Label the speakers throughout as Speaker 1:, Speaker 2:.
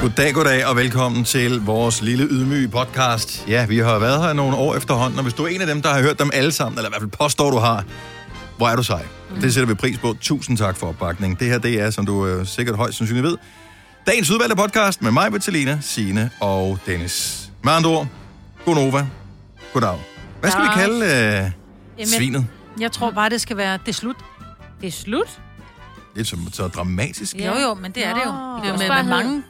Speaker 1: Goddag, goddag og velkommen til vores lille ydmyge podcast. Ja, vi har været her nogle år efterhånden, og hvis du er en af dem, der har hørt dem alle sammen, eller i hvert fald påstår, du har, hvor er du sej. Det sætter vi pris på. Tusind tak for opbakningen. Det her, det er, som du øh, sikkert højst sandsynligt ved, dagens udvalgte podcast med mig, Bettelina, Sine og Dennis. Med andre ord, godnova, goddag. Hvad skal vi
Speaker 2: Dag.
Speaker 1: kalde øh,
Speaker 2: Jamen.
Speaker 1: svinet?
Speaker 2: Jeg tror bare, det skal være, det er slut.
Speaker 3: Det er slut.
Speaker 1: Lidt så, så dramatisk.
Speaker 2: Jo, jo, men det er det jo.
Speaker 3: Nå.
Speaker 2: Det er jo med,
Speaker 3: Det kan også
Speaker 2: med
Speaker 3: bare
Speaker 2: mange.
Speaker 3: Ja. Det-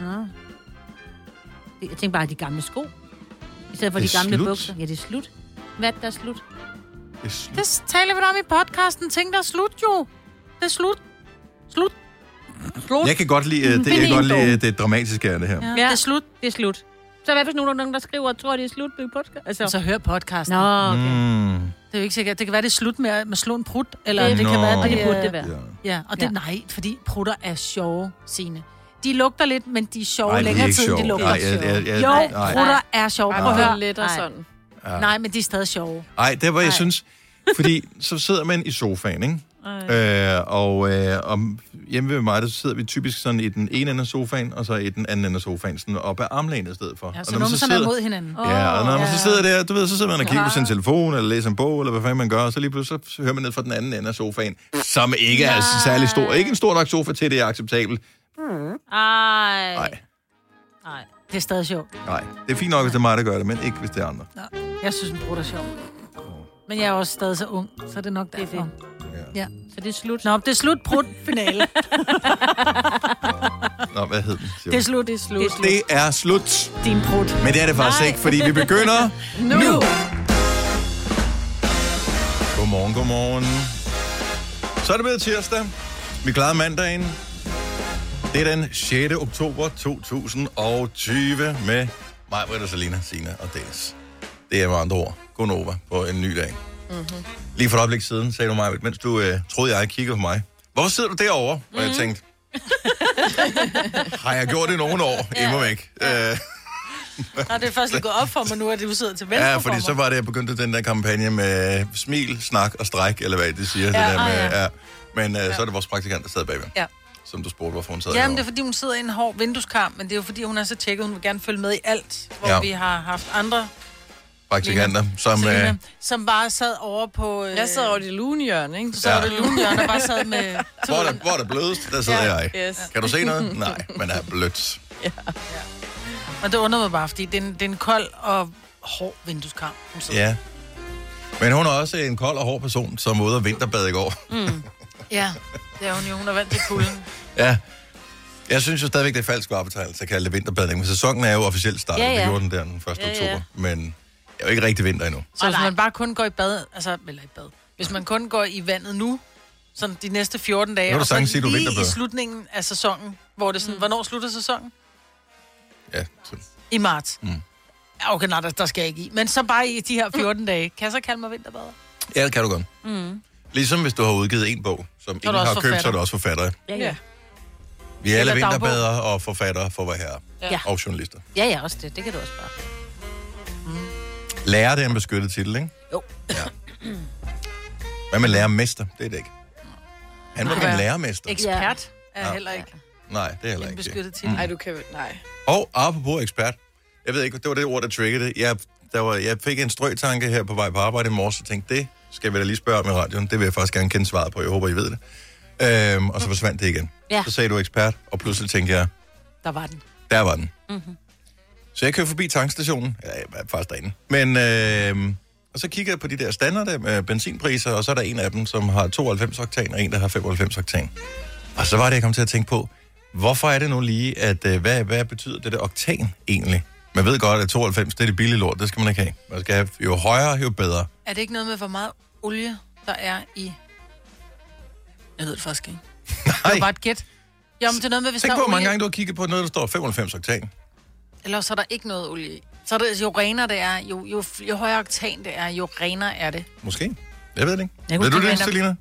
Speaker 3: Ah. Jeg tænker bare, de gamle sko. I stedet for
Speaker 1: Det
Speaker 3: de
Speaker 1: er
Speaker 3: gamle
Speaker 1: slut.
Speaker 3: bukser. Ja, det er slut. Hvad er det, der er slut?
Speaker 1: Det er slut.
Speaker 2: Det taler vi da om i podcasten. Ting, der er slut jo. Det er slut. Slut. Slut. Mm.
Speaker 1: Jeg kan godt lide, øh, det, jeg kan godt lide øh, det dramatiske af det her.
Speaker 2: Ja. Det er slut.
Speaker 3: Det er slut. Så hvad hvis nu er der nogen, der skriver og tror, det er slut med podcast? Altså.
Speaker 2: Så hør podcasten. Nå.
Speaker 3: Nå, okay. Mm.
Speaker 1: Mm.
Speaker 2: Det er jo ikke sikkert. Det kan være, det er slut med, at- med at slå en prut. Eller
Speaker 1: Det-
Speaker 2: det, det kan
Speaker 1: Nå.
Speaker 2: være,
Speaker 3: Og
Speaker 2: at
Speaker 3: det
Speaker 2: det
Speaker 3: burde det være.
Speaker 1: Ja.
Speaker 2: Ja, og det
Speaker 3: Ja.
Speaker 2: nej, fordi prutter er sjove, sine. De lugter lidt, men de er sjove
Speaker 1: Ej,
Speaker 2: Ej,
Speaker 1: det er
Speaker 2: længere
Speaker 1: ikke
Speaker 2: tid, end
Speaker 1: sjovt.
Speaker 2: de lugter.
Speaker 1: Ej, jeg- jeg- jeg-
Speaker 2: jo,
Speaker 1: nej.
Speaker 2: prutter er sjove. Prøv at
Speaker 1: det er
Speaker 2: høre.
Speaker 4: lidt og
Speaker 3: Nej.
Speaker 4: sådan.
Speaker 2: Nej, men de er stadig sjove.
Speaker 1: Ej, det var jeg
Speaker 2: Ej.
Speaker 1: synes, fordi så sidder man i sofaen, ikke? Øh, og, øh, og hjemme ved mig, der sidder vi typisk sådan i den ene ende af sofagen, og så i den anden ende af sofaen, sådan op ad armlænet i stedet for.
Speaker 2: Ja,
Speaker 1: og
Speaker 2: så numserne er mod hinanden.
Speaker 1: Ja, og når man så
Speaker 2: ja.
Speaker 1: sidder der, du ved, så sidder man og kigger på sin telefon, eller læser en bog, eller hvad fanden man gør, og så lige pludselig så hører man ned fra den anden ende af sofaen, som ikke er særlig stor. Ikke en stor nok sofa til, det er acceptabelt.
Speaker 3: Ej.
Speaker 1: Nej,
Speaker 3: Ej.
Speaker 2: Det er stadig sjovt.
Speaker 1: nej. Det er fint nok, hvis det er mig, der gør det, men ikke hvis det er andre.
Speaker 2: Jeg synes, en brud er sjov. Men jeg er også stadig så ung, så det er nok derfor. Det
Speaker 3: Så det er slut.
Speaker 2: Nå, det er slut brud finale.
Speaker 1: Nå, hvad hed den? siger
Speaker 2: Det er
Speaker 1: du?
Speaker 2: slut, det er slut. Det er slut.
Speaker 1: Det er slut.
Speaker 2: Din brud.
Speaker 1: Men det er det faktisk
Speaker 2: Nej.
Speaker 1: ikke, fordi vi begynder nu. nu. Godmorgen, godmorgen. Så er det blevet tirsdag. Vi klarede mandagen. Det er den 6. oktober 2020 med mig, Britt og Salina, Sina og Dennis. Det er med andre ord. Gunova på en ny dag. Mm-hmm. Lige for et øjeblik siden sagde du mig, mens du øh, troede, jeg kiggede på mig. Hvorfor sidder du derovre? Og jeg tænkte, har jeg gjort det nogen år? Ja. Immer væk. Øh,
Speaker 2: Nej, det er først lige gået op for mig nu, at du sidder til venstre
Speaker 1: Ja, fordi så
Speaker 2: for mig.
Speaker 1: var det, jeg begyndte den der kampagne med smil, snak og stræk, eller hvad det siger. Ja, det der med, ja. ja. Men uh, så er det vores praktikant, der sad bagved,
Speaker 2: Ja.
Speaker 1: som du spurgte, hvorfor hun sad
Speaker 2: Jamen, det er
Speaker 1: herovre.
Speaker 2: fordi, hun sidder i en hård vindueskamp, men det er jo fordi, hun er så tjekket, hun vil gerne følge med i alt, hvor
Speaker 1: Ja.
Speaker 2: ja. vi har haft andre
Speaker 1: Praktikanter, som... Uh,
Speaker 2: Selina, som bare sad over på... Øh,
Speaker 4: Jeg sidder over i det lune hjørne, ikke?
Speaker 2: Så sad
Speaker 1: Ja.
Speaker 2: ja. det Lundjørn, der bare sad med...
Speaker 1: hvor, er det, hvor er det blødest? Der sidder
Speaker 4: Ja,
Speaker 1: jeg.
Speaker 4: yes.
Speaker 1: Kan du se noget? Nej, men er blødt.
Speaker 2: Og det undrer mig bare, fordi det er en, det er en kold og hård vindueskamp, hun sidder.
Speaker 1: Ja. Men hun er også en kold og hård person, som var ude og vinterbade i går.
Speaker 4: Mm.
Speaker 2: ja. Det er hun jo, hun er vant til kulden.
Speaker 1: Ja. Jeg synes jo stadigvæk, det er falsk varebetegnelse at kalde det vinterbadning, men sæsonen er jo officielt startet.
Speaker 3: Ja, ja.
Speaker 1: Vi gjorde den der den 1.
Speaker 3: Ja, ja.
Speaker 1: oktober, men det er jo ikke rigtig vinter endnu.
Speaker 2: Så hvis
Speaker 3: nej.
Speaker 2: man bare kun går i bad, altså, eller i bad, hvis man kun går i vandet nu, sådan de næste 14
Speaker 1: Nu
Speaker 2: dage,
Speaker 1: er du
Speaker 2: og så
Speaker 1: sagtens sige,
Speaker 2: lige
Speaker 1: du
Speaker 2: i
Speaker 1: vinterbader.
Speaker 2: slutningen af sæsonen, hvor det er sådan, mm. hvornår slutter sæsonen?
Speaker 1: Ja, så
Speaker 2: I marts. Mm. Ja, okay, nej, der, der skal jeg ikke i. Men så bare i de her 14 dage. Kan jeg så kalde mig vinterbader?
Speaker 1: Ja, det kan du godt. Mm. Ligesom hvis du har udgivet en bog, som
Speaker 2: du
Speaker 1: ingen har
Speaker 2: også
Speaker 1: købt,
Speaker 2: forfatter.
Speaker 1: så er du også forfatter.
Speaker 3: Ja, ja.
Speaker 1: Vi er alle
Speaker 2: Eller dagbog.
Speaker 1: vinterbadere og forfattere for at være herre.
Speaker 3: Ja.
Speaker 1: Og journalister.
Speaker 3: Ja, ja, også det. Det kan du også bare.
Speaker 1: Lærer det er en beskyttet titel, ikke?
Speaker 3: Jo.
Speaker 1: Ja. Hvad med lærermester? Det er det ikke. Han var
Speaker 2: Nej.
Speaker 1: min lærermester.
Speaker 2: Ekspert ja. er
Speaker 1: Ja.
Speaker 2: heller ikke
Speaker 1: Nej, det er heller
Speaker 2: en
Speaker 1: ikke det.
Speaker 2: beskyttet titel.
Speaker 4: Nej, du kan... Nej.
Speaker 1: Og apropos ekspert. Jeg ved ikke, det var det ord, der triggede det. Jeg, der var, jeg fik en strøtanke her på vej på arbejde i morges, og tænkte, det skal vi da lige spørge om i radioen. Det vil jeg faktisk gerne kende svaret på. Jeg håber, I ved det. Øhm, og så forsvandt det igen.
Speaker 3: Ja.
Speaker 1: Så sagde du ekspert, og pludselig tænkte jeg,
Speaker 2: Der var den.
Speaker 1: Der var den.
Speaker 2: Mhm.
Speaker 1: Mm-hmm. Så jeg kører forbi tankstationen. Ja, jeg er faktisk derinde. Men, øh, og så kigger jeg på de der standarder med benzinpriser, og så er der en af dem, som har 92 oktan, og en, der har 95 oktan. Og så var det, jeg kom til at tænke på, hvorfor er det nu lige, at øh, hvad, hvad betyder det der oktan egentlig? Man ved godt, at 92, det er det billige lort, det skal man ikke have. Man skal have jo højere, jo bedre.
Speaker 2: Er det ikke noget med, hvor meget olie der er i... Jeg ved det faktisk ikke. Det var bare
Speaker 1: Nej,
Speaker 2: et gæt. Jo, men det er noget med, hvis
Speaker 1: tænk
Speaker 2: der
Speaker 1: på,
Speaker 2: er
Speaker 1: hvor mange
Speaker 2: olie,
Speaker 1: gange du har kigget på noget, der står 95 oktan.
Speaker 2: eller så er der ikke noget olie i. Så er det, jo renere det er, jo, jo, jo højere oktan det er, jo renere er det.
Speaker 1: Måske. Jeg ved det ikke.
Speaker 2: Jeg
Speaker 1: ved
Speaker 2: kunne
Speaker 1: du det,
Speaker 2: ikke vende-
Speaker 1: Selina?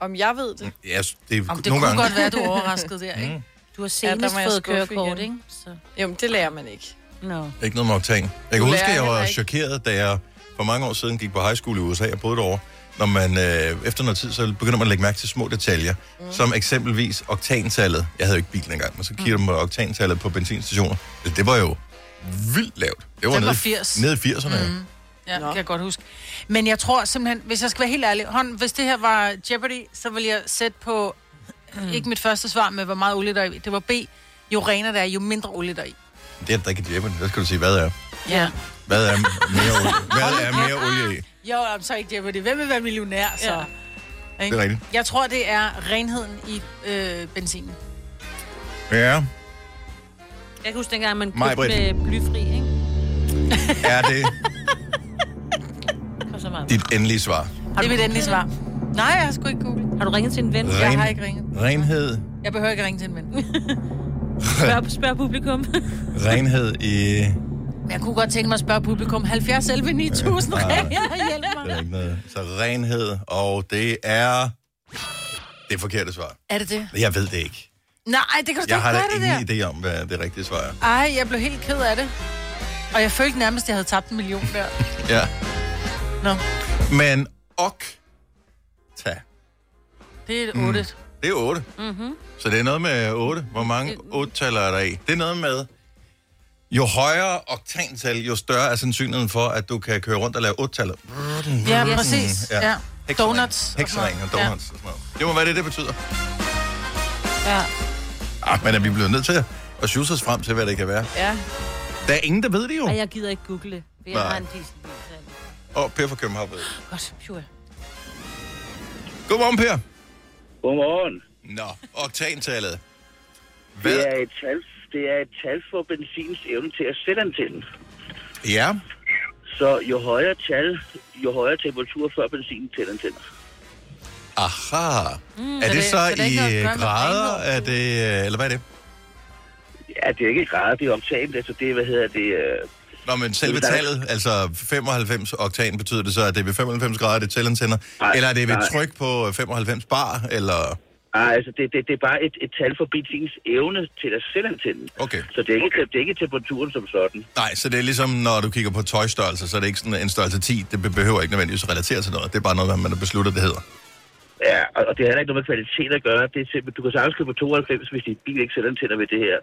Speaker 4: Om jeg ved det?
Speaker 1: Ja, yes, det,
Speaker 2: Om det
Speaker 1: nogle
Speaker 2: kunne
Speaker 1: gange.
Speaker 2: godt være, du er overrasket der, ikke?
Speaker 3: Du har
Speaker 4: Ja, der
Speaker 3: senest
Speaker 4: må jeg
Speaker 3: fået
Speaker 4: skuffe
Speaker 3: kørekort,
Speaker 4: igen.
Speaker 3: ikke? Så,
Speaker 4: Jamen, det lærer man ikke.
Speaker 3: no.
Speaker 1: Ikke noget med oktan. Jeg kan
Speaker 4: Du
Speaker 1: huske,
Speaker 4: lærer
Speaker 1: at jeg
Speaker 4: heller
Speaker 1: var
Speaker 4: ikke.
Speaker 1: chokeret, da jeg for mange år siden gik på high school i USA, jeg boede derovre, når man øh, efter noget tid, så begynder man at lægge mærke til små detaljer, mm. som eksempelvis oktantallet. Jeg havde jo ikke bilen engang, men så kigger man på oktantallet på benzinstationer. Det, det var jo vildt lavt. Det var,
Speaker 2: Den
Speaker 1: nede,
Speaker 2: var
Speaker 1: i-
Speaker 2: 80.
Speaker 1: nede i 80'erne. Mm.
Speaker 2: Mhm. Ja,
Speaker 4: Nå.
Speaker 2: det kan jeg godt huske. Men jeg tror simpelthen, hvis jeg skal være helt ærlig, hånd, hvis det her var Jeopardy, så ville jeg sætte på, mm. ikke mit første svar med, hvor meget olie der er i. Det var B. Jo renere der er, jo mindre olie der er i.
Speaker 1: Det er der ikke et Jeopardy. Der skal du sige, hvad er,
Speaker 2: Ja.
Speaker 1: hvad er mere olie? Hvad er mere olie i?
Speaker 2: Jo, jamen, så ikke Jeopardy. Hvem vil være millionær, så?
Speaker 4: Ja.
Speaker 2: Ja.
Speaker 1: Det er rigtigt.
Speaker 2: Jeg tror, det er renheden i øh, benzinen.
Speaker 1: Ja,
Speaker 3: Jeg kan huske dengang, man købte
Speaker 1: Maj-Brit.
Speaker 3: med blyfri, ikke?
Speaker 1: er det
Speaker 3: Og så meget.
Speaker 1: dit endelige svar?
Speaker 2: Det er mit endelige svar. Nej, jeg har sgu ikke googlet.
Speaker 3: Har du ringet til en ven?
Speaker 1: Ren-
Speaker 2: Jeg har ikke ringet.
Speaker 1: Renhed.
Speaker 2: Jeg behøver ikke ringe til en ven.
Speaker 3: Spørg, spørg publikum.
Speaker 1: Renhed i...
Speaker 2: Men jeg kunne godt tænke mig at spørge publikum. 70 11 9000 ringer. Hjælp
Speaker 1: Det
Speaker 2: mig.
Speaker 1: er ikke noget. Så renhed, og det er... Det forkerte svar.
Speaker 2: Er det det?
Speaker 1: Jeg ved det ikke.
Speaker 2: Nej, det kan du da
Speaker 1: Jeg
Speaker 2: ikke
Speaker 1: har da
Speaker 2: gøre det der.
Speaker 1: ingen idé om, hvad det rigtige svar er.
Speaker 2: Ej, jeg blev helt ked af det. Og jeg følte nærmest, at jeg havde tabt en million der.
Speaker 1: Ja.
Speaker 2: Nå,
Speaker 1: Men ok. Ta.
Speaker 2: det er et mm. 8.
Speaker 1: Det er 8. Mm-hmm. Så det er noget med 8. Hvor mange 8 taler er der i? Det er noget med, jo højere oktantal, jo større er sandsynligheden for, at du kan køre rundt og lave 8-taller.
Speaker 2: Ja, præcis. Ja. Donuts. og sådan
Speaker 1: Mm-hmm. Heksering og
Speaker 2: noget.
Speaker 1: donuts. Og sådan noget. Det må være det, det betyder.
Speaker 2: Ja. ja.
Speaker 1: Ah, men er vi blevet nødt til at sjusse os frem til, hvad det kan være?
Speaker 4: Ja.
Speaker 1: Der er ingen, der ved det jo.
Speaker 3: Ej, jeg gider ikke google det. for Jeg
Speaker 1: Nej.
Speaker 3: har en dieselbil. så jeg-
Speaker 1: Åh, oh, Per fra København ved det.
Speaker 3: Godt, pure.
Speaker 1: Godmorgen, Per.
Speaker 5: Godmorgen.
Speaker 1: Nå, oktantallet. Hvad?
Speaker 5: Det er, et tal, det er et tal for benzins evne til at sætte antænde.
Speaker 1: Ja,
Speaker 5: Så jo højere tal, jo højere temperatur, før benzinen tænder antænder.
Speaker 1: aha. Mm, er
Speaker 2: så
Speaker 1: det
Speaker 2: det-
Speaker 1: så,
Speaker 2: så det er
Speaker 1: i øh,
Speaker 2: ikke noget at gøre med
Speaker 1: grader?
Speaker 2: renhed?
Speaker 1: Er det, øh, eller hvad er det?
Speaker 5: Ja, det er ikke grader, det er omtagen, altså det er, hvad hedder det, øh,
Speaker 1: Nå, men selve
Speaker 5: Det er der-
Speaker 1: tallet, altså 95 oktan, betyder det så, at det er ved 95 grader, det tæller tænder?
Speaker 5: Nej,
Speaker 1: Eller er det ved
Speaker 5: nej.
Speaker 1: tryk på 95 bar? Eller...
Speaker 5: ah, altså det, det, det er bare et, et tal for benzins evne til at sætte antænde.
Speaker 1: Okay.
Speaker 5: Så det er, ikke, det er ikke temperaturen som sådan.
Speaker 1: Nej, så det er ligesom, når du kigger på tøjstørrelser, så er det ikke sådan en størrelse 10. Det be- behøver ikke nødvendigvis at relatere til noget. Det er bare noget, hvad man har besluttet, det hedder.
Speaker 5: Ja, og, og det har heller ikke noget med kvalitet at gøre. Det er simpelthen, du kan sagtens købe på 92, hvis din bil ikke sætter antænder ved det her.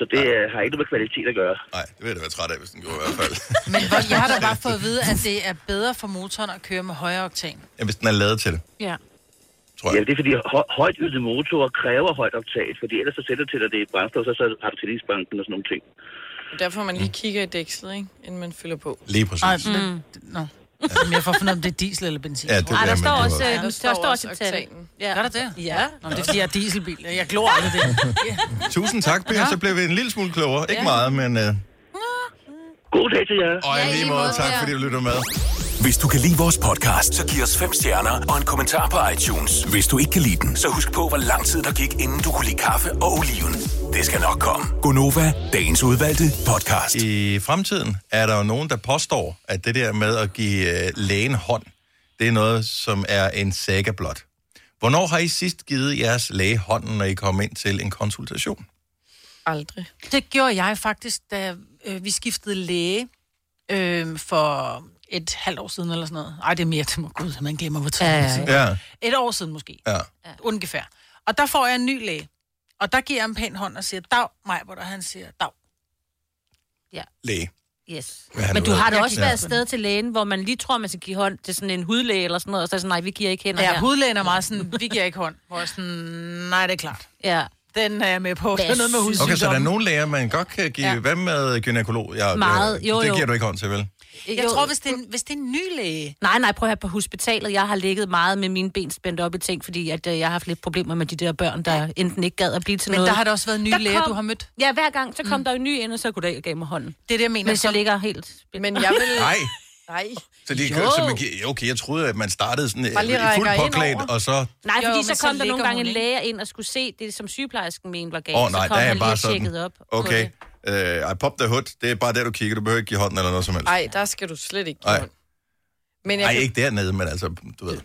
Speaker 5: Så det ja. har ikke noget med kvalitet at gøre.
Speaker 1: Nej, det vil jeg da være træt af, hvis den gjorde i hvert fald.
Speaker 2: Men hvor- jeg har da bare fået at vide, at det er bedre for motoren at køre med højere oktan.
Speaker 1: ja, hvis den er lavet til det,
Speaker 3: Ja.
Speaker 1: tror jeg.
Speaker 5: Ja, det er fordi hø- højt ydende motorer kræver højt optaget, fordi ellers så sætter til dig det i brændstof, så, så har du tillidsbanken og sådan nogle ting.
Speaker 4: Og derfor man lige kigger i dækslet, ikke? Inden man fylder på.
Speaker 1: Mm. Lige præcis.
Speaker 2: Ej, mm. Nå. Men jeg får fundet, om det er diesel eller benzin.
Speaker 1: Ja,
Speaker 2: Ja,
Speaker 1: det
Speaker 2: det...
Speaker 1: er
Speaker 3: Ej, der
Speaker 1: men
Speaker 3: står
Speaker 1: det
Speaker 3: også,
Speaker 1: var-
Speaker 3: øh, der står også
Speaker 4: oktanen.
Speaker 3: oktanen. Ja.
Speaker 2: Gør der det?
Speaker 3: Ja.
Speaker 2: Nå, men det er, fordi jeg er dieselbil. Jeg glor aldrig det.
Speaker 1: Tusind tak, Per. Så blev vi en lille smule klogere. Ikke meget, men... Øh,
Speaker 5: God dag til jer.
Speaker 1: og i lige måde, tak
Speaker 2: Per.
Speaker 1: fordi du lytter med.
Speaker 6: Hvis du kan lide vores podcast, så giv os fem stjerner og en kommentar på iTunes. Hvis du ikke kan lide den, så husk på, hvor lang tid der gik, inden du kunne lide kaffe og oliven. Det skal nok komme. Gonova, dagens udvalgte podcast.
Speaker 1: I fremtiden er der jo nogen, der påstår, at det der med at give øh, lægen hånd, det er noget, som er en saga blot. Hvornår har I sidst givet jeres læge hånden, når I kom ind til en konsultation?
Speaker 4: Aldrig.
Speaker 2: Det gjorde jeg faktisk, da øh, vi skiftede læge øh, for et halvt år siden eller sådan noget. Ej, det er mere til mig. Gud, man glemmer, hvor tid
Speaker 3: Ja,
Speaker 2: ja,
Speaker 3: ja, ja.
Speaker 1: Ja,
Speaker 2: Et år siden måske.
Speaker 1: ja.
Speaker 2: Ja. Ungefær. Og der får jeg en ny læge. Og der giver jeg en pæn hånd og siger, dag, Majbert, og han siger, dag.
Speaker 1: Læge.
Speaker 3: Yes.
Speaker 1: Hvad har
Speaker 3: Men
Speaker 1: du
Speaker 3: du
Speaker 1: været?
Speaker 3: har da
Speaker 2: Jeg
Speaker 3: også
Speaker 2: gik-
Speaker 3: været afsted til lægen, hvor man lige tror, man skal give hånd til sådan en hudlæge eller sådan noget, og så er det sådan, nej, vi giver ikke hænder
Speaker 2: Og ja,
Speaker 3: her.
Speaker 2: hudlægen er meget sådan, vi giver ikke hånd. Hvor jeg er sådan, nej, det er klart.
Speaker 3: Ja.
Speaker 2: Den er jeg med på. Det er
Speaker 3: jeg
Speaker 2: noget med
Speaker 3: synes-
Speaker 1: Okay, så der er
Speaker 2: hudsygdomme.
Speaker 1: nogle læger, man godt kan give. Ja.
Speaker 3: Ja.
Speaker 1: Hvad med gynækolog? Ja,
Speaker 3: Meget.
Speaker 1: det-
Speaker 3: Jo,
Speaker 1: det
Speaker 3: jo.
Speaker 1: giver du ikke hånd til, vel?
Speaker 2: Jeg tror, hvis det, er, en- hvis det er en ny læge,
Speaker 3: Nej, nej, prøv at høre på hospitalet. Jeg har ligget meget med mine ben spændt op i ting, fordi at, øh, jeg har haft lidt problemer med de der børn, der enten ikke gad at blive til
Speaker 2: men
Speaker 3: noget.
Speaker 2: der har der også været nye
Speaker 3: Der
Speaker 2: læger,
Speaker 3: kom-
Speaker 2: du har mødt.
Speaker 3: Ja, hver gang, så kom mm. der jo en ny ind, og så goddag og gav mig hånden.
Speaker 2: Det er det, jeg mener.
Speaker 3: Men så
Speaker 2: så-
Speaker 3: ligger helt...
Speaker 4: Men jeg vil...
Speaker 1: Nej.
Speaker 4: Nej.
Speaker 1: Så de
Speaker 3: Jo.
Speaker 1: kører, så man, gi- okay, jeg troede, at man startede sådan
Speaker 4: Bare lige
Speaker 1: øh,
Speaker 4: rækker
Speaker 1: fuldt
Speaker 4: ind
Speaker 1: påklædt,
Speaker 4: over.
Speaker 1: og så...
Speaker 3: Nej,
Speaker 2: Jo,
Speaker 3: fordi
Speaker 2: men
Speaker 3: så
Speaker 2: så
Speaker 3: kom der nogle
Speaker 2: ligger
Speaker 3: gange
Speaker 2: hun,
Speaker 3: en
Speaker 2: ikke?
Speaker 3: læger ind og skulle se det, som sygeplejersken mente var galt.
Speaker 1: Åh oh, nej,
Speaker 3: så
Speaker 1: der
Speaker 3: kom
Speaker 1: er
Speaker 3: han
Speaker 1: jeg
Speaker 3: lige
Speaker 1: bare
Speaker 3: og
Speaker 1: sådan...
Speaker 3: tjekkede op. på
Speaker 1: Okay,
Speaker 3: det.
Speaker 1: uh, I pop the hood, det er bare der, du kigger. Du behøver ikke give hånden eller noget som helst.
Speaker 4: Nej, der skal du slet ikke give
Speaker 1: Nej.
Speaker 4: hånd. Men jeg
Speaker 1: Nej,
Speaker 4: kan...
Speaker 1: ikke dernede, men altså, du ved.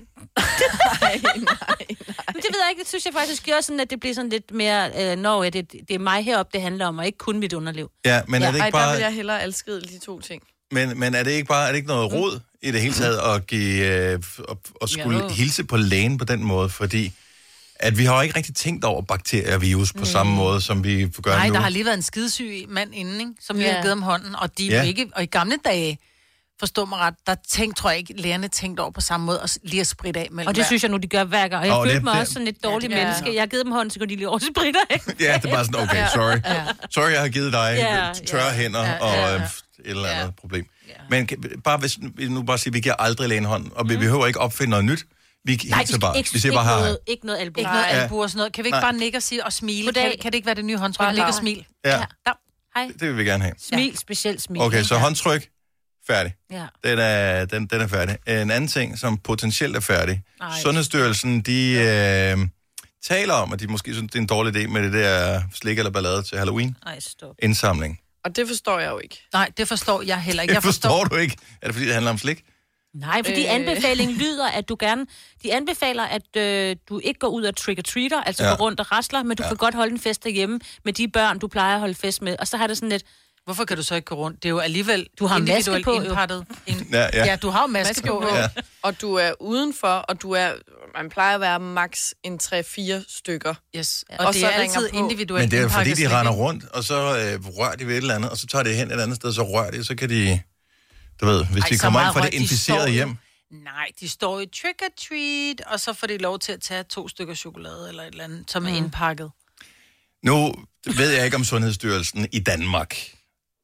Speaker 4: Nej, nej, nej.
Speaker 3: Men det ved jeg ikke, det synes jeg faktisk gør sådan, at det bliver sådan lidt mere... Øh, Nå, ja, det, det er mig heroppe, det handler om, og ikke kun mit underliv.
Speaker 1: Ja, men ja, er det
Speaker 4: Ej,
Speaker 1: ikke
Speaker 4: der
Speaker 1: bare...
Speaker 4: vil jeg hellere adskille de to ting.
Speaker 1: Men, men er det ikke bare er det ikke noget
Speaker 3: Mm.
Speaker 1: råd i det hele taget at, give, øh, at, at skulle
Speaker 3: Jo.
Speaker 1: hilse på lægen på den måde? Fordi at vi har jo ikke rigtig tænkt over bakterier og virus
Speaker 3: Mm.
Speaker 1: på samme måde, som vi gør
Speaker 2: Nej,
Speaker 1: nu.
Speaker 2: der har lige været en skidesyg mand inden, ikke? som lige
Speaker 3: Ja.
Speaker 2: har givet ham hånden, og de
Speaker 1: Ja.
Speaker 2: ja. ikke, og i gamle dage, forstå mig ret, der tænkte, tror jeg ikke, lærerne tænkte over på samme måde, og s- lige at spritte af mellem
Speaker 3: Og det synes jeg nu, de gør hver gang. Og jeg
Speaker 1: Åh,
Speaker 3: oh,
Speaker 1: det-
Speaker 3: følte mig
Speaker 1: det-
Speaker 3: også sådan et
Speaker 2: det
Speaker 3: dårligt
Speaker 2: gør
Speaker 3: ja,
Speaker 2: jeg
Speaker 3: menneske.
Speaker 2: nok.
Speaker 3: Jeg har givet dem hånden, så går de lige over og spritter af.
Speaker 1: Ja, det er bare sådan, okay, sorry. Sorry, jeg har givet dig
Speaker 3: Ja,
Speaker 1: tørre
Speaker 3: ja.
Speaker 1: hænder
Speaker 2: Ja,
Speaker 1: og
Speaker 2: ja,
Speaker 1: øh,
Speaker 2: ja.
Speaker 1: et eller andet
Speaker 2: Ja.
Speaker 1: problem. Men kan, bare hvis, vi nu bare sige, at vi giver aldrig lægen hånd, og vi behøver ikke opfinde noget nyt. Vi
Speaker 3: Mm. Nej,
Speaker 1: hilser
Speaker 3: vi skal
Speaker 1: bare.
Speaker 3: ikke,
Speaker 1: Vi siger
Speaker 3: ikke,
Speaker 1: bare, hej, hej.
Speaker 3: noget, ikke noget albu.
Speaker 2: Ikke noget
Speaker 1: Ja.
Speaker 2: albu og sådan noget. Kan vi ikke
Speaker 1: Nej.
Speaker 2: bare nikke og sige og smile?
Speaker 3: Goddag.
Speaker 2: Kan, kan, det ikke være det nye håndtryk?
Speaker 3: Bare
Speaker 2: Nikke og
Speaker 3: bare.
Speaker 2: smil.
Speaker 1: Ja,
Speaker 3: Ja. Hej.
Speaker 1: det vil vi gerne have.
Speaker 3: Smil, specielt smil.
Speaker 1: Okay,
Speaker 3: ikke?
Speaker 1: så håndtryk. Færdig.
Speaker 3: Ja.
Speaker 1: Den er, den, den er færdig. En anden ting, som potentielt er færdig.
Speaker 3: Ej.
Speaker 1: Sundhedsstyrelsen, de øh, taler om, at de måske synes, det er en dårlig idé med det der slik eller ballade til Halloween-indsamling.
Speaker 3: Ej, stop.
Speaker 4: Og det forstår jeg jo ikke.
Speaker 2: Nej, det forstår jeg heller ikke.
Speaker 1: Det
Speaker 2: Jeg forstår,
Speaker 1: forstår du ikke. Er det fordi, det handler om slik?
Speaker 3: Nej, fordi øh.
Speaker 4: Øh.
Speaker 3: anbefalingen lyder, at du gerne... De anbefaler, at øh, du ikke går ud og trick-or-treater, altså
Speaker 1: Ja.
Speaker 3: ja. går rundt og rasler, men du ja. kan godt holde en fest derhjemme med de børn, du plejer at holde fest med. Og så har det sådan lidt...
Speaker 2: hvorfor kan du så ikke gå rundt? Det er jo alligevel
Speaker 3: Du har maske
Speaker 2: individuelt
Speaker 3: på, jo.
Speaker 2: indpakket. En...
Speaker 1: Ja, ja.
Speaker 2: ja, du har jo maske,
Speaker 4: Maske
Speaker 2: på.
Speaker 4: på.
Speaker 2: Ja.
Speaker 4: Og du er udenfor, og du er... Man plejer at være maks en 3-4 stykker.
Speaker 2: Yes. Og,
Speaker 4: Og
Speaker 2: det
Speaker 4: så
Speaker 2: er
Speaker 4: ringer
Speaker 2: altid
Speaker 4: på.
Speaker 2: individuelt
Speaker 1: Men det er jo fordi,
Speaker 2: indpakket slik,
Speaker 1: de render
Speaker 2: ikke?
Speaker 1: rundt, og så øh, rører de ved et eller andet, og så tager de hen et andet sted, så rører de, så kan de... Du ved, hvis
Speaker 2: Ej,
Speaker 1: de
Speaker 2: så
Speaker 1: kommer ind
Speaker 2: meget
Speaker 1: fra det
Speaker 2: røg, de står
Speaker 1: inficerede
Speaker 2: jo-
Speaker 1: hjem.
Speaker 2: Nej, de står i trick or treat, og så får de lov til at tage to stykker chokolade eller et eller andet, som mm. er indpakket.
Speaker 1: Nu ved jeg ikke, om Sundhedsstyrelsen i Danmark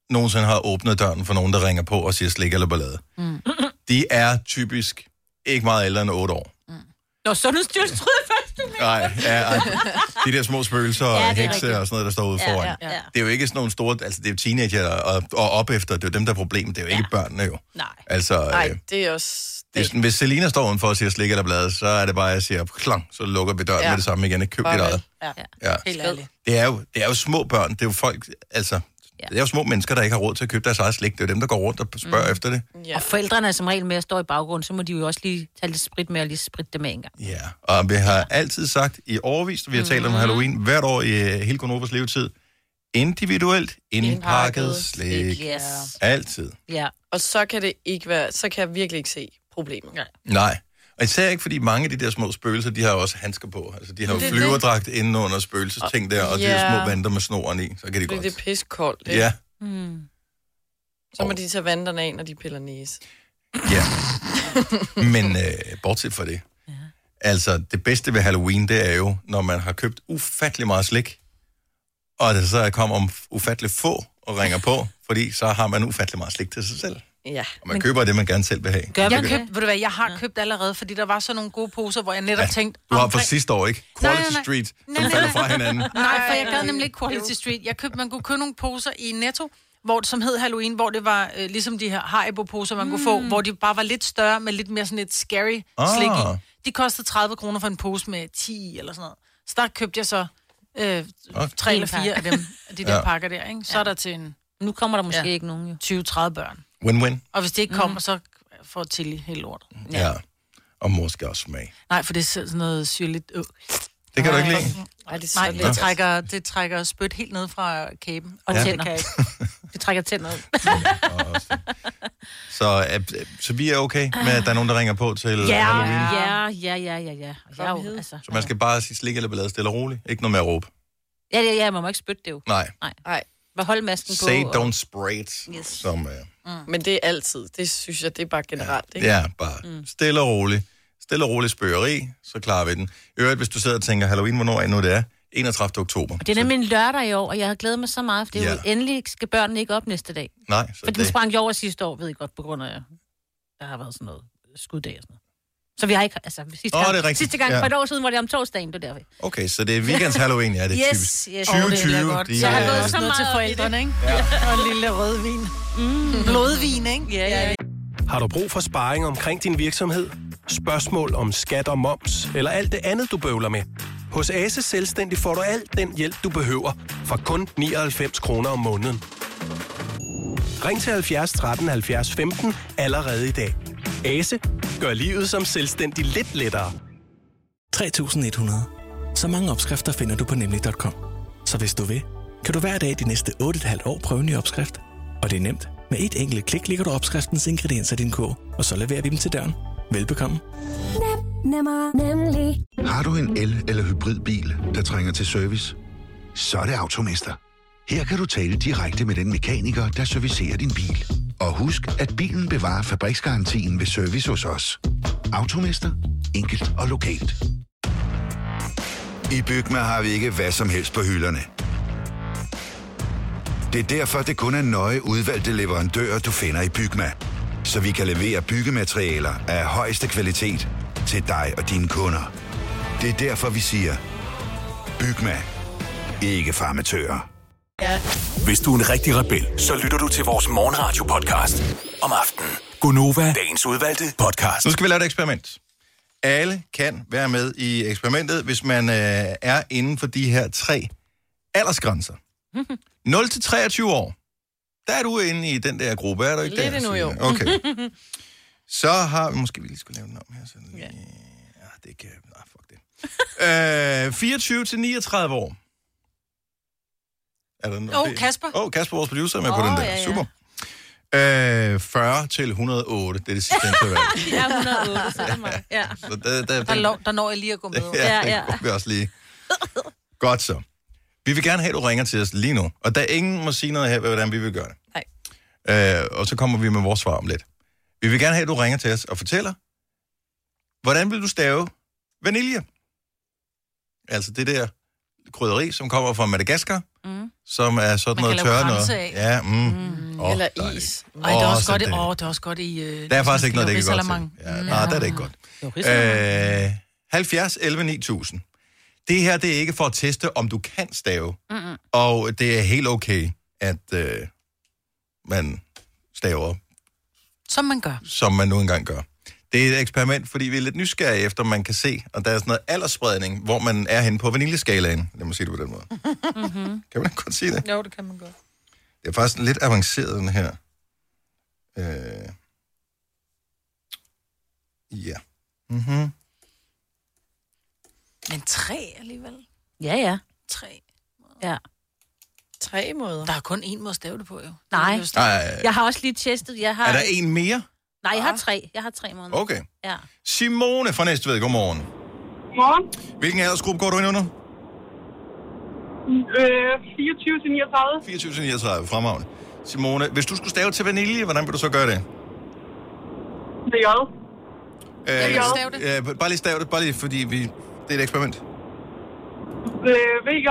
Speaker 1: nogensinde har åbnet døren for nogen, der ringer på og siger slik eller ballade. Mm. De er typisk ikke meget ældre end 8 år.
Speaker 3: Nå, Sundhedsstyrelsen troede først, du
Speaker 1: Nej, ja, ej. de der små spøgelser og
Speaker 3: Ja, det er
Speaker 1: hekse
Speaker 3: rigtigt.
Speaker 1: og sådan noget, der står ude
Speaker 3: Ja,
Speaker 1: foran.
Speaker 3: ja, ja.
Speaker 1: Det er jo ikke sådan nogle store... Altså, det er jo teenager og, og op efter. Det er jo dem, der er problemet. Det er jo ikke børnene jo.
Speaker 3: Nej.
Speaker 1: Altså,
Speaker 4: Nej,
Speaker 1: øh,
Speaker 4: det er også... Det,
Speaker 1: Hvis, hvis Selina står udenfor og siger slik eller blad, så er det bare, at jeg siger klang, så lukker vi døren ja.
Speaker 4: Ja.
Speaker 1: med det samme igen. Køb dit
Speaker 4: Bare
Speaker 1: eget.
Speaker 2: Ja.
Speaker 1: Ja.
Speaker 2: Helt ærligt.
Speaker 1: Det, er jo, det er jo små børn, det er jo folk, altså, ja.
Speaker 3: Ja.
Speaker 1: det er jo små mennesker, der ikke har råd til at købe deres eget slik. Det er jo dem, der går rundt og spørger mm. efter det.
Speaker 4: ja.
Speaker 3: Og forældrene er som regel med at stå i baggrunden, så må de jo også lige tage lidt sprit med og lige spritte dem af en gang.
Speaker 1: Ja, og vi har altid sagt i overvist, vi har talt om
Speaker 4: Mm.
Speaker 1: Halloween hvert år i øh, hele Konovas levetid, individuelt indpakket
Speaker 4: Indpakket
Speaker 1: slik.
Speaker 3: Yes.
Speaker 1: Altid.
Speaker 3: Ja.
Speaker 4: Og så kan det ikke være... Så kan jeg virkelig ikke se problemet. Ja.
Speaker 1: Nej. Og især ikke, fordi mange af de der små spøgelser, de har jo også handsker på. Altså, de har jo
Speaker 4: Det er det.
Speaker 1: flyverdragt inde under spøgelsesting der, og de der
Speaker 4: Ja.
Speaker 1: små vanter med snoren i, så kan de
Speaker 4: Fordi
Speaker 1: godt.
Speaker 4: det er piskoldt, ikke?
Speaker 1: Ja,
Speaker 2: Mm.
Speaker 4: Så må de tage vanderne af, når de piller næse.
Speaker 1: ja. Men øh, bortset fra det, altså det bedste ved Halloween, det er jo, når man har købt ufattelig meget slik, og det så kommer om ufattelig få og ringer på, fordi så har man ufattelig meget slik til sig selv.
Speaker 4: Ja.
Speaker 1: Og man Men... køber det, man gerne selv vil have.
Speaker 3: Gør
Speaker 2: Jeg,
Speaker 3: man
Speaker 2: køb, ved du hvad, jeg har købt allerede, fordi der var sådan nogle gode poser, hvor jeg netop ja, tænkte...
Speaker 1: Du har fra
Speaker 2: omkring-
Speaker 1: sidste år, ikke?
Speaker 2: Nej, nej,
Speaker 1: Quality
Speaker 2: nej.
Speaker 1: Street,
Speaker 2: Nej,
Speaker 1: som
Speaker 2: nej,
Speaker 1: falder
Speaker 2: nej.
Speaker 1: fra hinanden.
Speaker 2: Nej, for jeg gad nemlig ikke Quality Street. Jeg købte, man kunne købe nogle poser i Netto, hvor, som hed Halloween, hvor det var øh, ligesom de her Haribo-poser, man mm. kunne få, hvor de bare var lidt større, men lidt mere sådan et scary
Speaker 1: Ah.
Speaker 2: ah. slik i. De kostede 30 kroner for en pose med 10 i, eller sådan noget. Så der købte jeg så øh,
Speaker 1: Okay.
Speaker 2: tre eller
Speaker 3: En pakke.
Speaker 2: fire af dem, af de der
Speaker 1: Ah. Ja.
Speaker 2: ja. pakker der, ikke? Så er der til en
Speaker 3: Nu kommer der måske ja.
Speaker 2: Ja.
Speaker 3: ikke nogen, jo. Mhm.
Speaker 2: 20-30 børn.
Speaker 1: Win-win.
Speaker 2: Og hvis det ikke kommer, mm. så får Tilly helt lortet.
Speaker 1: Ja. Og mor skal også smage.
Speaker 2: Nej, for det er sådan noget syrligt... Øh.
Speaker 1: Det kan du ikke lide.
Speaker 4: Ej, det er så
Speaker 2: Nej,
Speaker 4: lækkert.
Speaker 2: det trækker, det trækker spyt helt ned fra kæben.
Speaker 3: Og
Speaker 1: Ja.
Speaker 3: ja.
Speaker 2: Det kan jeg
Speaker 3: tænder.
Speaker 2: ikke.
Speaker 3: Det trækker tænder ud.
Speaker 1: Så, øh, øh, så vi er okay med, at der er nogen, der ringer på til
Speaker 3: Ja,
Speaker 1: Halloween.
Speaker 3: ja, ja, ja, ja, ja. Og Jeg, er jo,
Speaker 4: Kom hed.
Speaker 3: altså,
Speaker 1: Så man skal bare sige slik eller ballade stille og roligt. Ikke noget med at råbe.
Speaker 3: ja, ja, ja, man må ikke spytte det jo.
Speaker 1: Nej.
Speaker 4: Nej,
Speaker 3: Bare hold masken på.
Speaker 1: Say,
Speaker 3: og-
Speaker 1: don't spray it. Yes.
Speaker 3: Yes.
Speaker 1: Som, øh,
Speaker 2: Mm.
Speaker 4: men det er altid. Det synes jeg, det er bare generelt, ikke?
Speaker 1: det er bare stille og roligt. Stille og roligt spørgeri, så klarer vi den. I øvrigt, hvis du sidder og tænker, Halloween, hvornår er nu det er? 31. oktober.
Speaker 3: Det er nemlig en lørdag i år, og jeg havde glædet mig så meget, for det er jo
Speaker 1: Ja.
Speaker 3: endelig skal børnene ikke op næste dag.
Speaker 1: Nej, så
Speaker 3: For den
Speaker 1: det,
Speaker 3: sprang jo over sidste år, ved jeg godt, på grund af, der har været sådan noget skuddag og sådan noget. Så vi har ikke, altså sidste
Speaker 1: Åh,
Speaker 3: gang,
Speaker 1: det er rigtigt,
Speaker 3: sidste gang
Speaker 1: ja.
Speaker 3: for et år siden, var det om torsdagen, det er derfor.
Speaker 1: okay, så det er weekends Halloween, ja, det er
Speaker 3: Yes,
Speaker 1: typisk.
Speaker 3: yes. Åh, det
Speaker 2: Det
Speaker 1: 2020,
Speaker 2: vil jeg godt.
Speaker 1: de,
Speaker 2: Så har
Speaker 3: øh,
Speaker 2: jeg gået så
Speaker 3: noget
Speaker 2: meget
Speaker 3: til
Speaker 2: til
Speaker 3: forældrene,
Speaker 2: forældrene, ikke? Ja. Og en lille rødvin. Mm. Blodvin, ikke?
Speaker 3: Ja, ja, ja.
Speaker 7: Har du brug for sparring omkring din virksomhed? Spørgsmål om skat og moms, eller alt det andet, du bøvler med? Hos Ase Selvstændig får du alt den hjælp, du behøver, for kun 99 kroner om måneden. Ring til 70 13 70 15 allerede i dag. Ase gør livet som selvstændig lidt lettere.
Speaker 8: 3100. Så mange opskrifter finder du på nemlig.com. Så hvis du vil, kan du hver dag de næste 8,5 år prøve en ny opskrift. Og det er nemt. Med
Speaker 9: Med et enkelt klik ligger du opskriftens ingredienser i din kog, og så leverer vi dem til døren. Velbekomme.
Speaker 10: Nemmer, nemlig.
Speaker 11: Har du en el- eller hybridbil, der trænger til service? Så er det Automester. Her kan du tale direkte med den mekaniker, der servicerer din bil. Og husk, at bilen bevarer fabriksgarantien ved service hos os. Automester. Enkelt og lokalt.
Speaker 12: I Bygma har vi ikke hvad som helst på hylderne. Det er derfor, det kun er nøje udvalgte leverandører, du finder i Bygma. Så vi kan levere byggematerialer af højeste kvalitet til dig og dine kunder. Det er derfor, vi siger, Bygma. Ikke farmatører.
Speaker 6: Hvis du er en rigtig rebel, så lytter du til vores morgenradio-podcast om aftenen. Gunova, dagens udvalgte podcast.
Speaker 1: Altså, Nu skal vi lave et eksperiment. Alle kan være med i eksperimentet, hvis man øh, er inden for de her tre aldersgrænser. 0 til 23 år. Der er du inde i den der gruppe, er du ikke
Speaker 13: Lidt
Speaker 1: der?
Speaker 13: endnu,
Speaker 1: Signe?
Speaker 13: jo.
Speaker 1: Okay. Så har vi... Måske vi lige skulle lave den om her. Så lige... ja. det kan... Nej, fuck det. øh, 24 til 39 år. Er der noget?
Speaker 2: Åh, Kasper.
Speaker 1: Åh, oh, Kasper, vores producer, er med oh, på
Speaker 2: Åh,
Speaker 1: den der.
Speaker 2: ja, ja.
Speaker 1: Super. Øh, 40 til 108, det er det sidste, jeg valg.
Speaker 3: Jeg er 108, så er det mig. Ja.
Speaker 1: Så der, der,
Speaker 2: Der, lov, der når jeg lige at gå med.
Speaker 1: Ja,
Speaker 3: Ja,
Speaker 1: ja,
Speaker 3: ja.
Speaker 1: ja. Det vi også lige. Godt så. Vi vil gerne have, at du ringer til os lige nu. Og der er ingen, må sige noget her, ved, hvordan vi vil gøre det. Nej. Øh, og så kommer vi med vores svar om lidt. Vi vil gerne have, at du ringer til os og fortæller, hvordan vil du stave vanilje? Altså det der krydderi, som kommer fra Madagaskar, mm. som er sådan
Speaker 2: Man
Speaker 1: noget
Speaker 2: kan lave
Speaker 1: tørre noget.
Speaker 2: kranse af.
Speaker 1: Ja, mm. Mm. Oh,
Speaker 13: Eller is.
Speaker 2: Ej, det er
Speaker 1: Åh,
Speaker 2: også,
Speaker 1: så
Speaker 2: godt, i,
Speaker 1: det-
Speaker 2: åh, det er også godt i... Øh,
Speaker 1: Der er faktisk ikke noget, det
Speaker 2: det
Speaker 1: ikke er godt til.
Speaker 2: Mm.
Speaker 1: Ja, nej, Ah,
Speaker 2: Ah.
Speaker 1: der er det ikke godt. Øh, 70 11 9000. Det her, det er ikke for at teste, om du kan stave. Mm-mm. Og det er helt okay, at øh, man staver,
Speaker 2: Som man gør.
Speaker 1: som man nu engang gør. Det er et eksperiment, fordi vi er lidt nysgerrige efter, om man kan se, og der er sådan noget aldersspredning, hvor man er henne på vaniljeskalaen. Lad mig sige det på den måde.
Speaker 2: Mm.
Speaker 13: Mm-hmm.
Speaker 1: Kan man godt sige det?
Speaker 13: Jo, det kan man godt.
Speaker 1: Det er faktisk lidt avanceret, den her. Øh... Ja. Mm-hmm.
Speaker 2: Men tre alligevel.
Speaker 3: Ja, ja.
Speaker 2: Tre.
Speaker 3: ja.
Speaker 13: Tre måder.
Speaker 2: Der er kun én måde at stave det på, jo.
Speaker 3: Nej.
Speaker 2: Det er jo sådan-
Speaker 1: Ej,
Speaker 3: Jeg har også lige testet. Jeg har,
Speaker 1: er der en mere?
Speaker 3: Nej, jeg
Speaker 14: Ah.
Speaker 3: har tre. Jeg har tre måneder.
Speaker 1: Okay.
Speaker 3: Ja.
Speaker 1: Simone fra Næstved, godmorgen.
Speaker 14: Morgen.
Speaker 1: Hvilken aldersgruppe går du ind under?
Speaker 14: Øh, 24 til 39.
Speaker 1: 24-39, fremragende. Simone, hvis du skulle stave til vanilje, hvordan vil du så gøre det?
Speaker 14: Det er
Speaker 1: Øh,
Speaker 14: vil ikke stave
Speaker 1: det. Øh, bare lige stave det, bare lige, fordi vi, det er et eksperiment.
Speaker 14: øh, VJ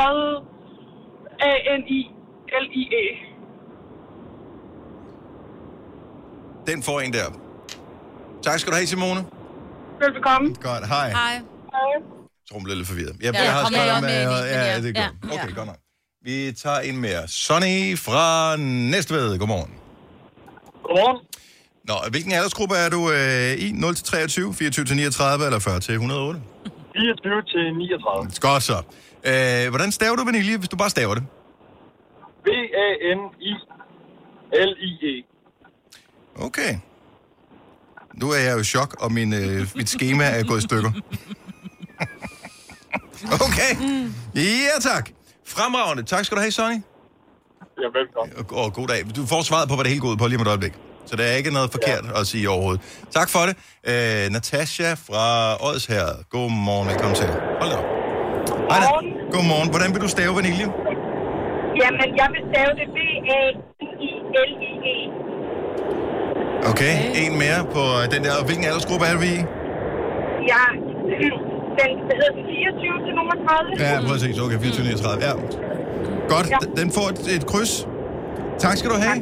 Speaker 14: A N I L I E.
Speaker 1: Den får en der. Tak skal du have, Simone.
Speaker 14: Velbekomme.
Speaker 1: Godt, hej.
Speaker 2: Hej.
Speaker 14: Hej.
Speaker 1: Jeg tror, hun blev lidt forvirret. Ja,
Speaker 2: jeg
Speaker 1: jeg har
Speaker 2: kom
Speaker 1: skrevet
Speaker 2: med
Speaker 1: med,
Speaker 2: i, men
Speaker 1: ja,
Speaker 2: ja.
Speaker 1: det er
Speaker 3: Ja.
Speaker 1: godt. Okay, godt nok. Vi tager en mere. Sonny fra Næstved, godmorgen.
Speaker 15: Godmorgen.
Speaker 1: Nå, hvilken aldersgruppe er du øh, i? 0-23, 24-39 eller 40-108?
Speaker 15: 24 til 39.
Speaker 1: Godt så. Øh, hvordan staver du vanilje, hvis du bare staver det?
Speaker 15: V-A-N-I-L-I-E.
Speaker 1: Okay. Nu er jeg jo i chok, og min, øh, mit schema er gået i stykker. Okay. Ja, tak. Fremragende. Tak skal du have, Sonny.
Speaker 15: Ja, velkommen.
Speaker 1: Og, og god dag. Du får svaret på, hvad det hele går ud på lige om et øjeblik. Så der er ikke noget forkert at sige overhovedet. Tak for det. Øh, Natasha fra Odsherred. Godmorgen, velkommen til. Hold da op. Hej, Na- Godmorgen. Hvordan vil du stave vanilje?
Speaker 14: Jamen, jeg vil stave det V-A-I-L-I-E.
Speaker 1: Okay, en mere på øh, den der. Hvilken aldersgruppe er vi i?
Speaker 14: Ja, den hvad hedder den 24 til nummer 30.
Speaker 1: Ja, præcis. Okay, 24 39. Ja. Godt,
Speaker 14: Ja.
Speaker 1: den får et, et kryds. Tak skal du have.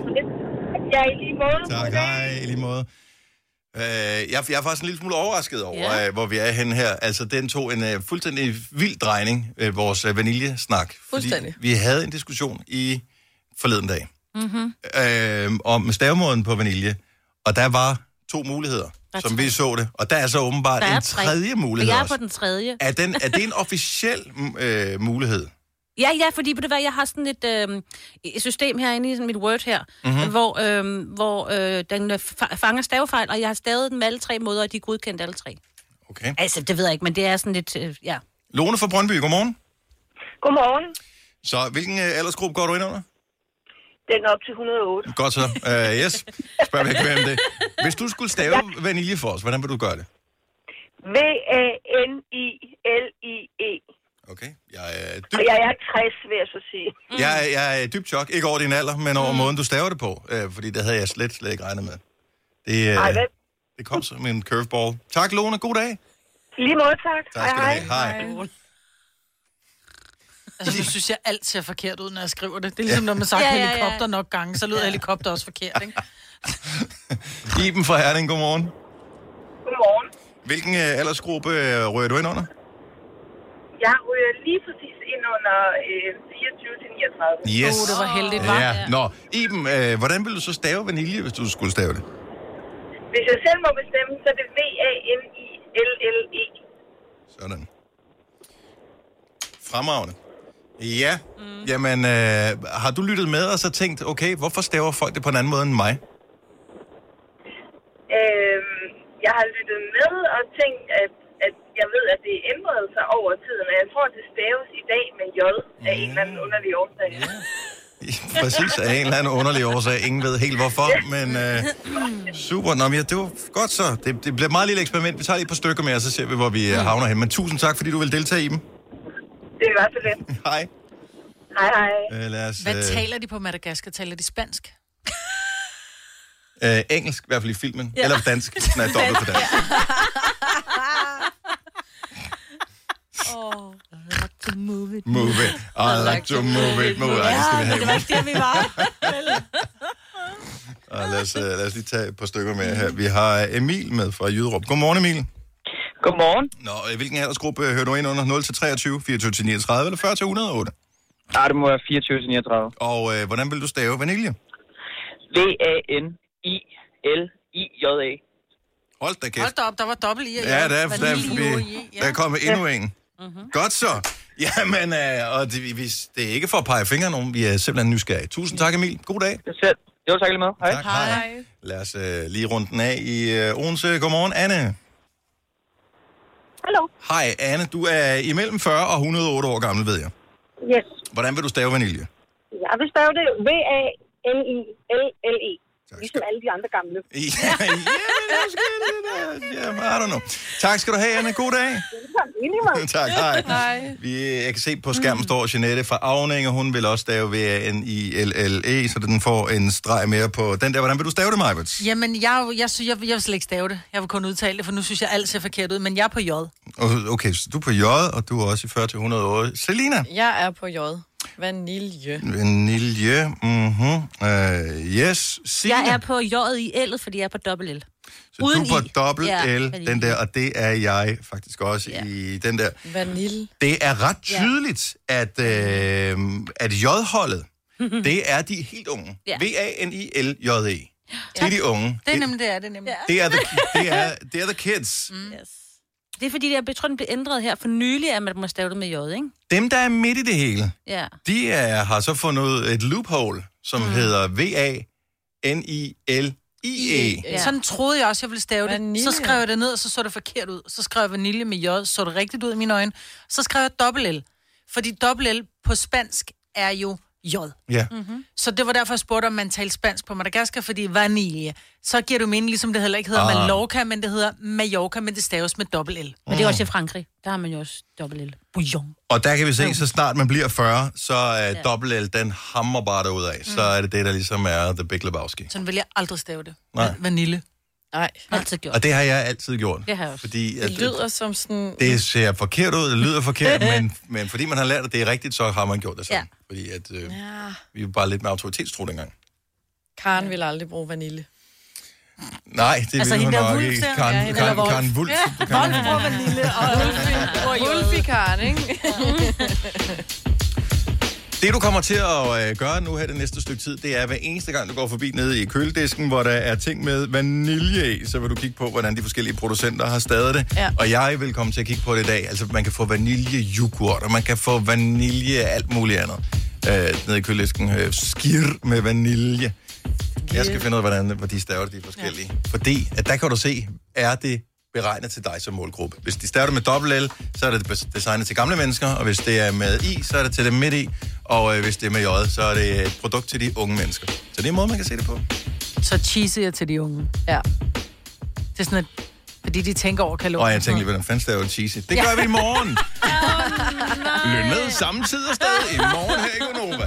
Speaker 14: Ja, i lige måde.
Speaker 1: Tak, hej, i lige måde. Øh, jeg, jeg er faktisk en lille smule overrasket over,
Speaker 3: Ja.
Speaker 1: ja. øh, hvor vi er henne her. Altså, den tog en øh, fuldstændig vild drejning, øh, vores øh, vaniljesnak. Fordi
Speaker 13: Fuldstændig.
Speaker 1: Vi havde en diskussion i forleden dag mm-hmm. øh, om stavemåden på vanilje, og der var to muligheder,
Speaker 3: er
Speaker 1: som
Speaker 3: tre.
Speaker 1: vi så det. Og der er så åbenbart
Speaker 3: Der er
Speaker 1: en
Speaker 3: tre.
Speaker 1: tredje
Speaker 3: Og
Speaker 1: mulighed
Speaker 3: jeg er
Speaker 1: også.
Speaker 3: på den tredje.
Speaker 1: Er, den, er det en officiel mm, øh, mulighed?
Speaker 3: Ja, ja, fordi ved du hvad, jeg har sådan et øhm, et system herinde i sådan mit Word her,
Speaker 1: Mhm.
Speaker 3: mm-hmm. hvor, øhm, hvor øh, den øh, fa- fanger stavefejl, og jeg har stavet dem alle tre måder, og de er godkendt alle tre.
Speaker 1: Okay.
Speaker 3: Altså, det ved jeg ikke, men det er sådan lidt, øh, ja.
Speaker 1: Lone fra Brøndby, godmorgen.
Speaker 14: Godmorgen.
Speaker 1: Så hvilken øh, aldersgruppe går du ind under?
Speaker 16: den er op til 108.
Speaker 1: Godt så. Uh, yes. Spørg mig ikke mere om det. Hvis du skulle stave vanilje for os, hvordan vil du gøre det?
Speaker 16: V-A-N-I-L-I-E.
Speaker 1: Okay. Jeg er
Speaker 16: Og jeg er 60, vil jeg så sige.
Speaker 1: Jeg, er- jeg er i dybt chok. Ikke over din alder, men
Speaker 16: Mm.
Speaker 1: over måden, du staver det på. Øh, fordi det havde jeg slet, slet ikke regnet med. Det, øh,
Speaker 16: Ej, hvad?
Speaker 1: det kom som en curveball. Tak, Lone. God dag.
Speaker 16: Lige måde, tak.
Speaker 1: Tak skal du have. Hej.
Speaker 2: Altså, nu synes jeg alt ser forkert ud, når jeg skriver det. Det er ligesom, når man sagt
Speaker 3: Ja,
Speaker 2: ja,
Speaker 3: ja, ja.
Speaker 2: helikopter nok gange, så lyder helikopter også forkert, ikke?
Speaker 1: Iben fra Herning, godmorgen.
Speaker 13: Godmorgen.
Speaker 1: Hvilken øh, aldersgruppe øh, rører du ind under?
Speaker 13: Jeg ryger lige præcis ind under øh, 24-39.
Speaker 1: Yes. Ja.
Speaker 13: Ja.
Speaker 1: Nå, Iben, øh, hvordan ville du så stave vanilje, hvis du skulle stave det?
Speaker 13: Hvis jeg selv må bestemme, så er det V-A-N-I-L-L-E.
Speaker 1: Sådan. Fremragende. Ja, mm. jamen, øh, har du lyttet med og så tænkt, okay, hvorfor staver folk det på en anden måde end mig?
Speaker 13: Øhm, jeg har lyttet med og tænkt, at, at jeg ved, at det ændrede sig over tiden, og jeg tror, at det staves i dag med J af en eller anden underlig årsag.
Speaker 1: Mm. Præcis, af en eller anden underlig årsag. Ingen ved helt hvorfor, men øh, super. Nå, men ja, det var godt så. Det, det bliver et meget lille eksperiment. Vi tager lige et par stykker med, og så ser vi, hvor vi øh, havner hen. Men tusind tak, fordi du vil deltage i dem.
Speaker 13: Det er i hvert fald det.
Speaker 1: Hej.
Speaker 13: Hej, hej.
Speaker 1: Øh, lad os,
Speaker 2: Hvad
Speaker 1: øh,
Speaker 2: taler de på Madagaskar? Taler de spansk?
Speaker 1: øh, engelsk, i hvert fald i filmen.
Speaker 2: Ja.
Speaker 1: Ja. Eller dansk. Den er dobbelt på dansk.
Speaker 17: oh, I like to move it.
Speaker 1: Move it. I like to move it. Move it. Ej, det skal vi have. Og lad, os, øh, lad os lige tage et par stykker med her. Vi har øh, Emil med fra Jyderup. Godmorgen, Emil.
Speaker 18: Godmorgen.
Speaker 1: Nå, øh, hvilken aldersgruppe hører du ind under? 0-23, 24-39 eller 40-108?
Speaker 18: Nej, det må være 24-39.
Speaker 1: Og øh, hvordan vil du stave vanilje?
Speaker 18: V-A-N-I-L-I-J-A.
Speaker 1: Hold da kæft.
Speaker 2: Hold da op, der var dobbelt i. og
Speaker 1: Ja,
Speaker 2: jeg-
Speaker 1: der, er- der, der,
Speaker 2: vanilje og i,
Speaker 1: vi,
Speaker 2: ja. Mhm.
Speaker 1: der kommer endnu en. Godt så. Jamen, øh, og det, vi, det er ikke for at pege fingre af nogen. Vi er simpelthen nysgerrige. Tusind tak, Emil. God dag.
Speaker 18: Selv. Jo, tak lige med. Hej.
Speaker 1: Tak, hej. hej. Lad os øh, lige runde den af i øh, Odense. Godmorgen, Anne.
Speaker 19: Hallo.
Speaker 1: Hej, Anne. Du er imellem 40 og 108 år gammel, ved jeg.
Speaker 19: Yes.
Speaker 1: Hvordan vil du stave vanilje?
Speaker 19: Jeg vil stave det
Speaker 14: E.
Speaker 19: V-A-N-I-L-L-E. Ligesom alle de andre gamle.
Speaker 1: Ja, Ja, I don't know. Tak skal du have, Anne. God dag. tak, hej.
Speaker 19: Hej.
Speaker 1: Vi, jeg kan se på skærmen står Jeanette fra Avning, og hun vil også stave V-A-N-I-L-L-E, så den får en streg mere på den der. Hvordan vil du stave det, Majbets?
Speaker 2: Jamen, jeg, er jo- jeg, synes, jeg, jeg vil slet ikke stave det. Jeg vil kun udtale det, for nu synes jeg, alt ser forkert ud. Men jeg er på J.
Speaker 1: Og- Okay, så du er på J, og du er også i 40-108. Selina.
Speaker 4: Jeg er på J. Vanilje.
Speaker 1: Vanilje. Mm-hmm. Uh, yes. Signe.
Speaker 3: Jeg er på J'et i L'et, fordi jeg er på dobbelt L.
Speaker 1: så du er på
Speaker 3: I.
Speaker 1: dobbelt
Speaker 3: Ja,
Speaker 1: L,
Speaker 3: fordi-
Speaker 1: den der, og det er jeg faktisk også i den der.
Speaker 4: Vanilje.
Speaker 1: Det er ret tydeligt, at, øh, at J-holdet, det er de helt unge.
Speaker 2: Ja.
Speaker 1: V-A-N-I-L-J-E. Det er de unge.
Speaker 2: Det er nemlig det, er det er nemlig.
Speaker 1: Det er the, det er, det er the kids.
Speaker 3: Mm. Yes. Det er fordi, jeg tror, den blev ændret her for nylig, at man må stave det med J'et, ikke?
Speaker 1: Dem, der er midt i det hele,
Speaker 3: Ja.
Speaker 1: de er, har så fundet ud et loophole, som mm. hedder V-A-N-I-L-I-E.
Speaker 2: Ja. Sådan troede jeg også, jeg ville stave det. Vanille. Så skrev jeg det ned, og så så det forkert ud. Så skrev jeg vanilje med J, så det rigtigt ud i mine øjne. Så skrev jeg dobbelt L. Fordi dobbelt L på spansk er jo J.
Speaker 1: Ja.
Speaker 2: Mm-hmm. Så det var derfor, jeg spurgte, om man talte spansk på Madagaskar, fordi vanilje. Så giver du mening, ligesom det heller ikke hedder
Speaker 3: Ah.
Speaker 2: ah. Mallorca, men det hedder Mallorca, men det staves med dobbelt L.
Speaker 3: Men det er også i Frankrig. Der har man jo også dobbelt L. Bouillon.
Speaker 1: Og der kan vi se, så snart man bliver 40, så er dobbelt L, den hammer bare derud af. Så er det det, der ligesom er The Big Lebowski.
Speaker 2: Mm. Sådan vil jeg aldrig stave det.
Speaker 1: Nej.
Speaker 2: Vanille.
Speaker 4: Nej.
Speaker 3: Altid gjort.
Speaker 1: Og det har jeg altid gjort.
Speaker 4: Det har jeg også.
Speaker 1: Fordi at,
Speaker 4: Det lyder som sådan...
Speaker 1: Det ser forkert ud, det lyder forkert, men, men fordi man har lært, at det er rigtigt, så har man gjort det sådan. Ja. Fordi at, øh,
Speaker 4: Ja.
Speaker 1: vi var bare lidt med autoritetstro dengang.
Speaker 4: Karen ville aldrig bruge vanilje.
Speaker 1: Nej, det altså, ville hun nok ikke.
Speaker 4: der?
Speaker 1: Karen,
Speaker 4: Ja,
Speaker 1: ja,
Speaker 4: hende
Speaker 1: Karen,
Speaker 4: der Wolf.
Speaker 1: Karen Wulf.
Speaker 4: Ja, Wolf bruger vanilje, og Wolfie bruger jod. Wolfie Karen, ikke?
Speaker 1: Det, du kommer til at øh, gøre nu her det næste stykke tid, det er, hver eneste gang, du går forbi nede i køledisken, hvor der er ting med vanilje i, så vil du kigge på, hvordan de forskellige producenter har stadig det.
Speaker 20: Ja.
Speaker 1: Og jeg vil komme til at kigge på det i dag. Altså, man kan få vaniljejoghurt, og man kan få vanilje alt muligt andet øh, nede i køledisken. Øh, skir med vanilje. Jeg skal finde ud af, hvordan hvor de staver de forskellige. Ja. Fordi, at der kan du se, er det beregnet til dig som målgruppe. Hvis de starter med dobbelt L, så er det bes- designet til gamle mennesker, og hvis det er med I, så er det til dem midt i, og øh, hvis det er med J, så er det et produkt til de unge mennesker. Så det er en måde, man kan se det på.
Speaker 2: Så cheeser jeg til de unge.
Speaker 4: Ja.
Speaker 2: Det er sådan, at, fordi de tænker over kalorier.
Speaker 1: Og jeg tænkte lige, hvordan fanden staver du cheesy? Det gør vi i morgen. Løn med samme tid og sted i morgen her i Gonova.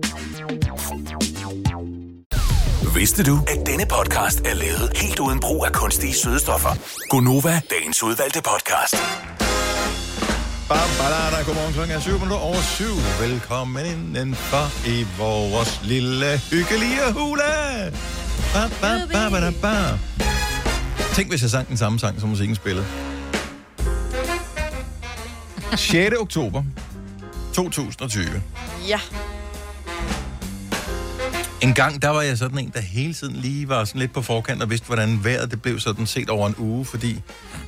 Speaker 6: Vidste du, at denne podcast er lavet helt uden brug af kunstige sødestoffer?
Speaker 1: Gonova.
Speaker 6: Dagens udvalgte podcast.
Speaker 1: Bam, balada. Godmorgen klokken er 7 minutter over 7. Velkommen indenfor i vores lille hyggelige hule. Ba, ba, ba, ba, da, ba. Tænk, hvis jeg sang den samme sang, som musikken spillede. 6. oktober 2020.
Speaker 4: Ja.
Speaker 1: En gang, der var jeg sådan en, der hele tiden lige var sådan lidt på forkant og vidste, hvordan vejret det blev sådan set over en uge, fordi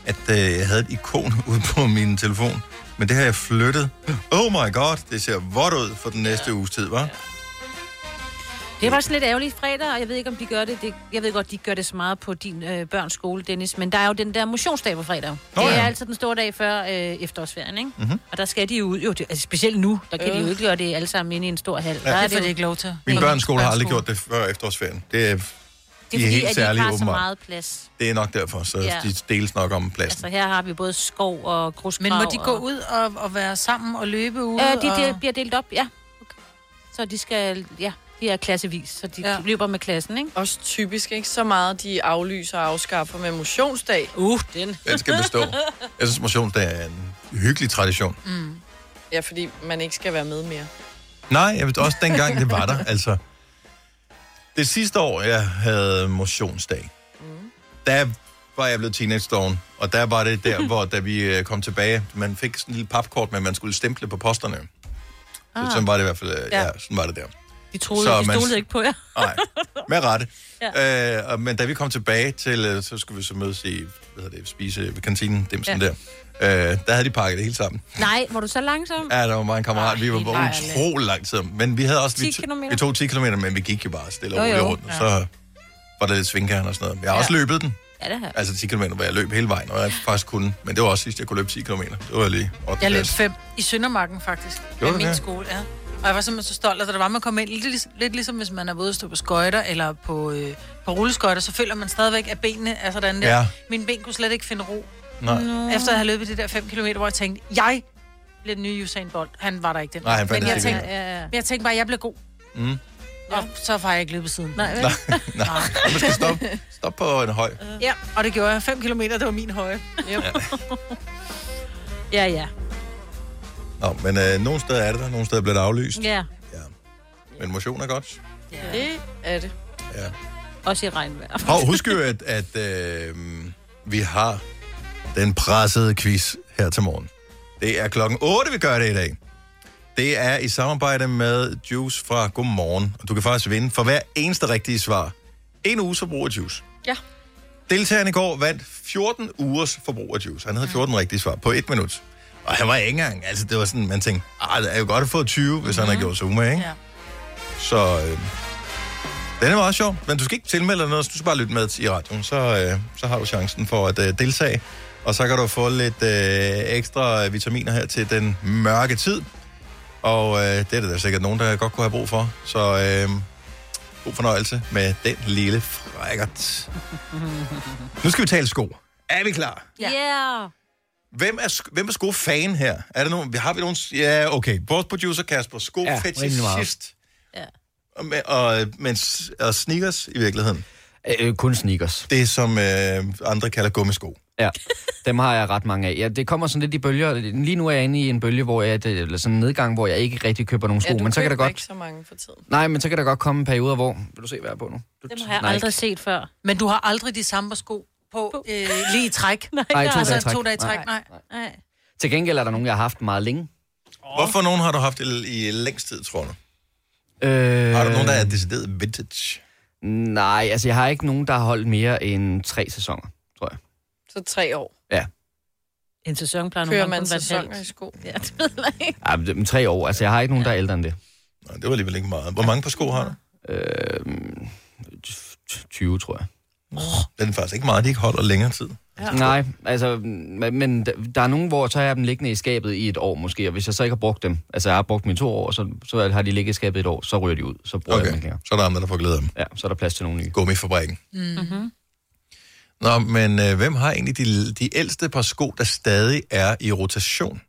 Speaker 1: at øh, jeg havde et ikon ude på min telefon. Men det har jeg flyttet. Oh my god, det ser vådt ud for den næste uges tid, var?
Speaker 3: Det var sådan lidt ærgerligt fredag, og jeg ved ikke, om de gør det. det jeg ved godt, de gør det så meget på din øh, børns skole, Dennis, men der er jo den der motionsdag på fredag. Nå, det er
Speaker 2: ja.
Speaker 3: altid den store dag før øh, efterårsferien, ikke?
Speaker 2: Mm-hmm.
Speaker 1: Mhm.
Speaker 3: Og der skal de jo ud, jo, det, altså specielt nu, der kan øh. de jo
Speaker 2: Øh.
Speaker 3: ikke gøre det alle sammen inde i en stor hal.
Speaker 1: Ja.
Speaker 3: Der
Speaker 1: Det får de
Speaker 3: ikke lov til.
Speaker 1: Min børneskole har aldrig gjort det før efterårsferien. Det
Speaker 3: Det
Speaker 1: er,
Speaker 3: er,
Speaker 1: de er
Speaker 3: fordi,
Speaker 1: helt
Speaker 3: at de ikke
Speaker 1: særlige,
Speaker 3: har så
Speaker 1: åbenbart.
Speaker 3: meget plads.
Speaker 1: Det er nok derfor, så
Speaker 3: Ja.
Speaker 1: ja. de deles nok om pladsen.
Speaker 3: Altså, her har vi både skov og grusgrav.
Speaker 2: Men må de gå
Speaker 3: og...
Speaker 2: ud og, og være sammen og løbe ude?
Speaker 3: Ja, de, de
Speaker 2: og...
Speaker 3: bliver delt op, ja. Okay. Så de skal, ja, de er klassevis, så de ja. løber med klassen, ikke?
Speaker 4: Også typisk ikke så meget, de aflyser og afskaffer med motionsdag.
Speaker 3: Uh, den.
Speaker 1: Den skal bestå. Jeg synes, motionsdag er en hyggelig tradition.
Speaker 4: Mm. Ja, fordi man ikke skal være med mere.
Speaker 1: Nej, jeg ved også dengang, det var der. Altså, det sidste år, jeg havde motionsdag,
Speaker 3: Mm.
Speaker 1: der var jeg blevet teenage og der var det der, hvor da vi øh, kom tilbage, man fik sådan en lille papkort med, at man skulle stemple på posterne. Ah. Så sådan var det i hvert fald, øh, ja.
Speaker 3: Ja.
Speaker 1: ja, sådan var det der.
Speaker 3: De troede,
Speaker 1: Så
Speaker 3: så de
Speaker 1: man-
Speaker 3: stolede ikke på jer.
Speaker 1: Nej, med rette. ja. øh, og- men da vi kom tilbage til, øh, så skulle vi så mødes i, hvad hedder det, spise ved kantinen, dem sådan
Speaker 3: Ja. Mm.
Speaker 1: ja. der. Øh, der havde de pakket det hele sammen.
Speaker 3: Nej, var du så langsom?
Speaker 1: Ja, der var mange kammerater. Vi var
Speaker 3: det er
Speaker 1: bare
Speaker 3: dejligt.
Speaker 1: utrolig lang tid. om. Men vi havde også...
Speaker 3: 10
Speaker 1: vi, to-
Speaker 3: kilometer?
Speaker 1: Vi tog 10 km, men vi gik jo bare stille og
Speaker 3: Jo,
Speaker 1: roligt
Speaker 3: jo.
Speaker 1: rundt. Og
Speaker 3: Ja.
Speaker 1: så var der lidt svingkærn og sådan noget. Men Jeg har
Speaker 3: Ja.
Speaker 1: også løbet den.
Speaker 3: Ja, det her.
Speaker 1: Altså 10 km, hvor jeg løb hele vejen, og jeg faktisk kunne. Men det var også sidst, jeg kunne løbe 10 km. Det var lige 8.
Speaker 2: Jeg løb fem i Søndermarken, faktisk.
Speaker 1: Gjorde
Speaker 2: Med
Speaker 1: du
Speaker 2: min
Speaker 1: det?
Speaker 2: skole, ja. Og jeg var simpelthen så stolt, at der var, man kom ind lidt, lig- lidt ligesom, hvis man er ude at stå på skøjter eller på, øh, på rulleskøjter, så føler man stadigvæk, at benene er sådan der.
Speaker 1: Ja.
Speaker 2: Mine ben kunne slet ikke finde ro.
Speaker 1: Nej.
Speaker 2: Nå. Efter at have løbet de der 5 km, hvor jeg tænkte, jeg bliver den nye Usain Bolt. Han var der ikke den.
Speaker 1: Nej, han fandt
Speaker 2: men jeg
Speaker 1: ikke
Speaker 2: tænkte,
Speaker 1: igen.
Speaker 2: ja, ja. men jeg tænkte bare, at jeg blev god.
Speaker 1: Mm.
Speaker 2: Og så har jeg ikke løbet siden. Nej,
Speaker 1: Nej, nej. Du skal stoppe. Stop på en høj.
Speaker 2: Ja, og det gjorde jeg. 5 km, det var min høje.
Speaker 1: Ja.
Speaker 3: Ja, ja.
Speaker 1: Nå, men øh, nogle steder er det der, nogle steder bliver det aflyst.
Speaker 3: Ja,
Speaker 1: Men motion er godt.
Speaker 4: Det er det.
Speaker 1: Ja.
Speaker 3: også i regnvejr.
Speaker 1: Hov, husk jo, at, at øh, vi har den pressede quiz her til morgen. Det er klokken 8, vi gør det i dag. Det er i samarbejde med Juice fra Godmorgen. Og du kan faktisk vinde for hver eneste rigtige svar. En uges forbrug af Juice.
Speaker 4: Ja.
Speaker 1: Deltageren i går vandt 14 ugers forbrug af Juice. Han havde 14 rigtige svar på et minut. Og han var ikke engang, altså det var sådan, man tænkte, ah, det er jo godt at få 20, hvis mm-hmm. han har gjort sig umage, ikke?
Speaker 2: Ja.
Speaker 1: Så øh, den er meget sjov, men du skal ikke tilmelde dig noget, så du skal bare lytte med i radioen, så, øh, så har du chancen for at øh, deltage. Og så kan du få lidt øh, ekstra vitaminer her til den mørke tid. Og øh, det er der sikkert nogen, der godt kunne have brug for. Så øh, god fornøjelse med den lille frækkert. Nu skal vi tale sko. Er vi klar?
Speaker 3: Ja. Yeah.
Speaker 1: Hvem er, sk- hvem er sko-fan her? Er der nogen, har vi nogen... Ja, okay. Vores producer Kasper,
Speaker 7: Ja, rimelig
Speaker 1: sko-fetishist.
Speaker 7: meget.
Speaker 3: Ja.
Speaker 1: Og, med- og, men, s- og sneakers i virkeligheden?
Speaker 7: Øh, kun sneakers.
Speaker 1: Det, som øh, andre kalder gummisko.
Speaker 7: Ja, dem har jeg ret mange af. Ja, det kommer sådan lidt i bølger. Lige nu er jeg inde i en bølge, hvor jeg, det- eller sådan en nedgang, hvor jeg ikke rigtig køber nogen sko.
Speaker 4: ja, du
Speaker 7: men så kan der
Speaker 4: køber
Speaker 7: godt,
Speaker 4: ikke så mange for tiden.
Speaker 7: Nej, men så kan der godt komme perioder, hvor... Vil du se, hvad jeg er på nu?
Speaker 3: Dem har jeg
Speaker 7: Nej.
Speaker 3: aldrig set før.
Speaker 2: Men du har aldrig de samme sko på øh, lige i træk.
Speaker 3: Nej,
Speaker 7: Nej, to
Speaker 2: altså,
Speaker 7: dage i træk.
Speaker 2: to dage i træk.
Speaker 7: Nej.
Speaker 2: Nej.
Speaker 3: Nej.
Speaker 7: Til gengæld er der nogen, jeg har haft meget længe.
Speaker 1: Hvorfor nogen har du haft i, i længst tid, tror du?
Speaker 7: Øh,
Speaker 1: Har du nogen, der er decideret vintage?
Speaker 7: Nej, altså jeg har ikke nogen, der har holdt mere end tre sæsoner, tror jeg.
Speaker 4: Så tre år.
Speaker 7: Ja.
Speaker 3: En sæson plejer nogle
Speaker 4: Kører
Speaker 3: gange
Speaker 4: man
Speaker 3: kun at være et
Speaker 4: sæsoner i
Speaker 3: halvt.
Speaker 4: sko?
Speaker 3: Ja, det ved jeg ikke.
Speaker 7: Ja, men tre år. Altså, jeg har ikke nogen, der er ældre end det.
Speaker 1: Nej, det var alligevel ikke meget. Hvor mange par sko har du?
Speaker 7: Øh, 20, tror jeg.
Speaker 1: Det er faktisk ikke meget, de ikke holder længere tid.
Speaker 7: Ja. Nej, altså, men men der- der er nogen, hvor så har jeg dem liggende i skabet i et år måske, og hvis jeg så ikke har brugt dem, altså jeg har brugt dem i to år, så, så har de ligget i skabet i et år, så ryger de ud, så bruger okay. jeg dem ikke længere.
Speaker 1: Så er der andre, der får glæde af dem.
Speaker 7: Ja, så er der plads til nogle nye.
Speaker 1: Gummifabrikken.
Speaker 2: Mm-hmm.
Speaker 1: Nå, men øh, hvem har egentlig de, de ældste par sko, der stadig er i rotation?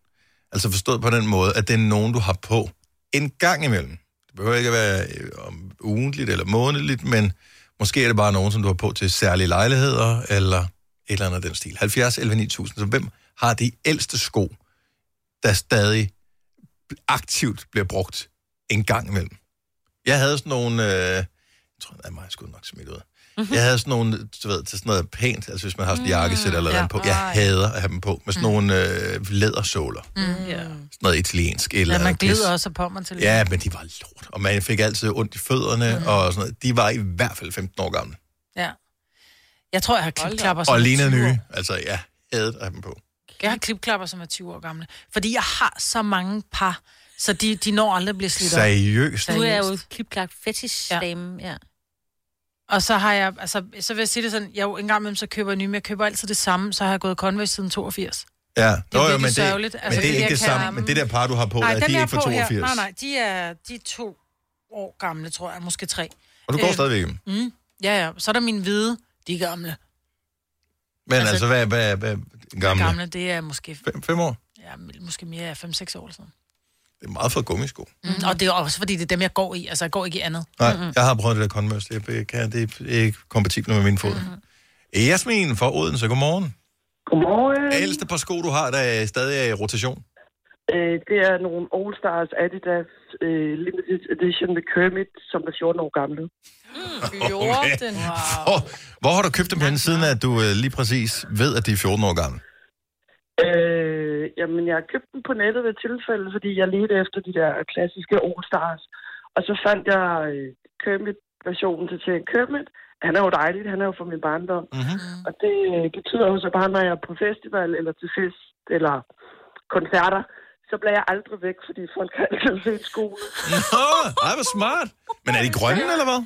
Speaker 1: Altså forstået på den måde, at det er nogen, du har på en gang imellem. Det behøver ikke at være øh, om ugentligt eller månedligt, men måske er det bare nogen, som du har på til særlige lejligheder, eller et eller andet af den stil. 70, 11, 9000. Så hvem har de ældste sko, der stadig aktivt bliver brugt en gang imellem? Jeg havde sådan nogle... Øh, jeg tror, nej, mig jeg skulle nok smidt ud. Jeg havde sådan nogle, du ved, til sådan noget pænt, altså hvis man har sådan en jakkesæt eller
Speaker 7: Ja.
Speaker 1: noget på. Jeg hader at have dem på, med sådan nogle øh, lædersåler. Sådan
Speaker 2: Mm. Ja.
Speaker 1: noget italiensk eller...
Speaker 2: ja, man
Speaker 1: pis.
Speaker 2: glider også på mig til
Speaker 1: Ja, men de var lort, og man fik altid ondt i fødderne mm. og sådan noget. De var i hvert fald 15 år gamle.
Speaker 2: ja. Jeg tror, jeg har klipklapper
Speaker 1: og
Speaker 2: er
Speaker 1: lignede
Speaker 2: 20 år.
Speaker 1: nye. Altså, jeg havde at have dem på.
Speaker 2: Jeg har klipklapper, som er 20 år gamle. Fordi jeg har så mange par, så de, de når aldrig at blive slidt op.
Speaker 1: Seriøst?
Speaker 3: Du er jo klipklagt fetish dame, ja.
Speaker 2: Og så har jeg, altså, så vil jeg sige det sådan, jeg er jo engang imellem, så køber jeg nye, men jeg køber altid det samme, så har jeg gået Converse siden 82.
Speaker 1: Ja,
Speaker 2: jo
Speaker 1: Nå, jo,
Speaker 2: virkelig
Speaker 1: men det,
Speaker 2: sørgeligt.
Speaker 1: men
Speaker 2: Altså,
Speaker 1: det
Speaker 2: fordi
Speaker 1: er ikke
Speaker 2: jeg
Speaker 1: det
Speaker 2: kan-
Speaker 1: samme. Men det der par, du har på, er de
Speaker 2: dem,
Speaker 1: er
Speaker 2: jeg
Speaker 1: ikke fra
Speaker 2: på her-
Speaker 1: 82.
Speaker 2: Nej, nej, de er, de er to år gamle, tror jeg, måske tre.
Speaker 1: Og du går
Speaker 2: Øh,
Speaker 1: stadigvæk i dem?
Speaker 2: Mm, ja, ja. Så er der mine hvide, de er gamle.
Speaker 1: Men altså, altså hvad, hvad, hvad, gamle?
Speaker 2: Gamle, gamle det er måske,
Speaker 1: 5 fem år?
Speaker 2: ja, måske mere 5-6 år eller sådan
Speaker 1: Det er meget for gummisko.
Speaker 2: noget. mm. Og det er også, fordi det er dem, jeg går i. Altså, jeg går ikke i andet.
Speaker 1: Nej, mm-hmm. jeg har prøvet det der Converse. Det er, kan, det er ikke kompatibelt med mine fod. Mm-hmm. Jasmin fra Odense, godmorgen.
Speaker 8: Godmorgen.
Speaker 1: Ældste par sko, du har, der er stadig er i rotation.
Speaker 8: Øh, det er nogle All Stars Adidas øh, Limited Edition med Kermit, som er 14 år gamle.
Speaker 1: Okay. Hvor, hvor har du købt dem henne, siden at du øh, lige præcis ved, at de er 14 år gamle?
Speaker 8: Øh, jamen, jeg købte dem på nettet ved et tilfælde, fordi jeg ledte efter de der klassiske All Stars. Og så fandt jeg øh, Kermit-versionen til Tjern Kermit. Han er jo dejlig, han er jo fra min barndom.
Speaker 1: Mm-hmm.
Speaker 8: Og det øh, betyder jo så bare, når jeg er på festival eller til fest eller koncerter, så bliver jeg aldrig væk, fordi folk har altid set skoene.
Speaker 1: Nå, ej, hvor smart. Men er de grønne, eller hvad?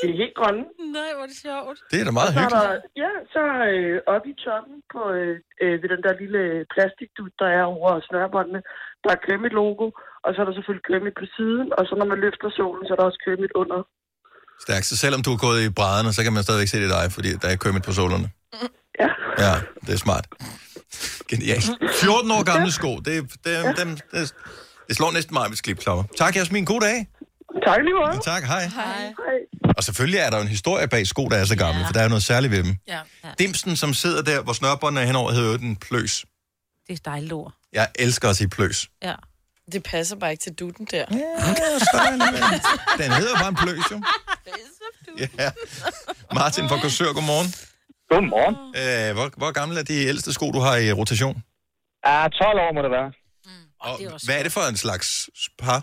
Speaker 8: De er helt grønne.
Speaker 2: Mm.
Speaker 3: Nej, hvor er det sjovt.
Speaker 1: Det er da meget
Speaker 8: så er
Speaker 1: hyggeligt.
Speaker 8: der, ja, så øh, oppe i toppen på øh, øh, ved den der lille plastikdut, der er over snørbåndene, der er Kermit logo, og så er der selvfølgelig Kermit på siden, og så når man løfter solen, så er der også Kermit under.
Speaker 1: Stærkt. Så selvom du er gået i brædderne, så kan man stadigvæk se det i dig, fordi der er kømmet på solerne. Ja. Ja, det er smart. Genialt. 14 år gamle sko. Det, det, det, dem, det, det slår næsten meget med klipklapper. Tak, Jasmin. God dag.
Speaker 8: Tak lige meget.
Speaker 1: Tak, hej.
Speaker 8: Hej.
Speaker 1: Og selvfølgelig er der jo en historie bag sko, der er så gamle, ja. for der er jo noget særligt ved dem.
Speaker 2: Ja.
Speaker 1: Dimsen, som sidder der, hvor snørbåndene er henover, hedder jo den pløs.
Speaker 3: Det er et dejligt ord.
Speaker 1: Jeg elsker at sige pløs.
Speaker 3: Ja.
Speaker 4: Det passer bare ikke til dutten der.
Speaker 1: Den hedder bare en pløs, jo. Ja. Martin fra Korsør, godmorgen.
Speaker 18: Godmorgen.
Speaker 1: Øh, hvor, hvor gamle er de ældste sko, du har i rotation?
Speaker 18: Ja, 12 år må det være.
Speaker 1: Og hvad er det for en slags par?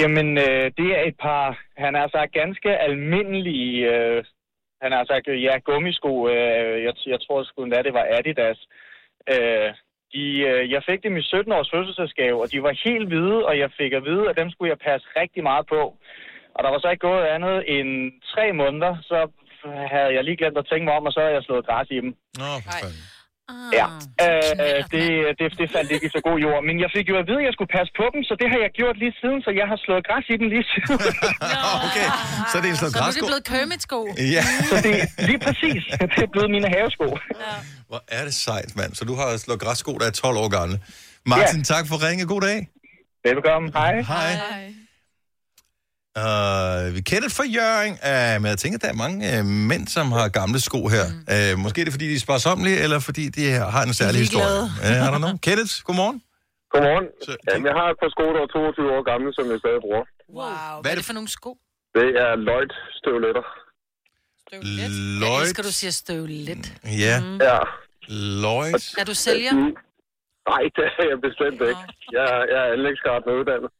Speaker 18: Jamen, øh, det er et par, han har sagt, ganske almindelige, øh, han har sagt, ja, gummisko, øh, jeg, jeg tror sgu endda, det var Adidas. Øh, de, øh, jeg fik dem i 17 års fødselsdagsgave, og de var helt hvide, og jeg fik at vide, at dem skulle jeg passe rigtig meget på. Og der var så ikke gået andet end tre måneder, så havde jeg lige glemt at tænke mig om, og så havde jeg slået græs i dem.
Speaker 1: Nå, for fanden.
Speaker 2: Ah,
Speaker 18: Ja, øh, det, det, det faldt ikke i så god jord. Men jeg fik jo at vide, at jeg skulle passe på dem, så det har jeg gjort lige siden, så jeg har slået græs i dem lige siden.
Speaker 1: okay, så det er en
Speaker 2: Så nu
Speaker 1: slags
Speaker 2: er det
Speaker 1: græsko.
Speaker 2: blevet Kermit-sko.
Speaker 1: Ja.
Speaker 18: Så det, lige præcis, det er blevet mine havesko.
Speaker 1: Hvor er det sejt, mand. Så du har slået græsko, der er 12 år gamle. Martin, ja. tak for ringe. God dag.
Speaker 18: Velkommen. Hej.
Speaker 1: Hej. Uh, vi kender det fra Jørgen, uh, men jeg tænker, at der er mange uh, mænd, som har gamle sko her. Mm. Uh, måske er det, fordi de er sparsomlige, eller fordi de har en særlig historie.
Speaker 21: Ligeglade.
Speaker 1: Uh, I don't know. Kenneth, godmorgen.
Speaker 21: Godmorgen. Så, Jamen, jeg har et par sko, der er 22 år gamle, som jeg stadig bruger.
Speaker 2: Wow, hvad, hvad er det for nogle sko?
Speaker 21: Det er Lloyd støvletter.
Speaker 2: Jeg elsker, du siger støvlet.
Speaker 1: Ja.
Speaker 21: Ja.
Speaker 1: Lloyd.
Speaker 2: Er du sælger?
Speaker 21: Nej, det er jeg bestemt ikke. Jeg, er- jeg er anlægsgartner uddannet.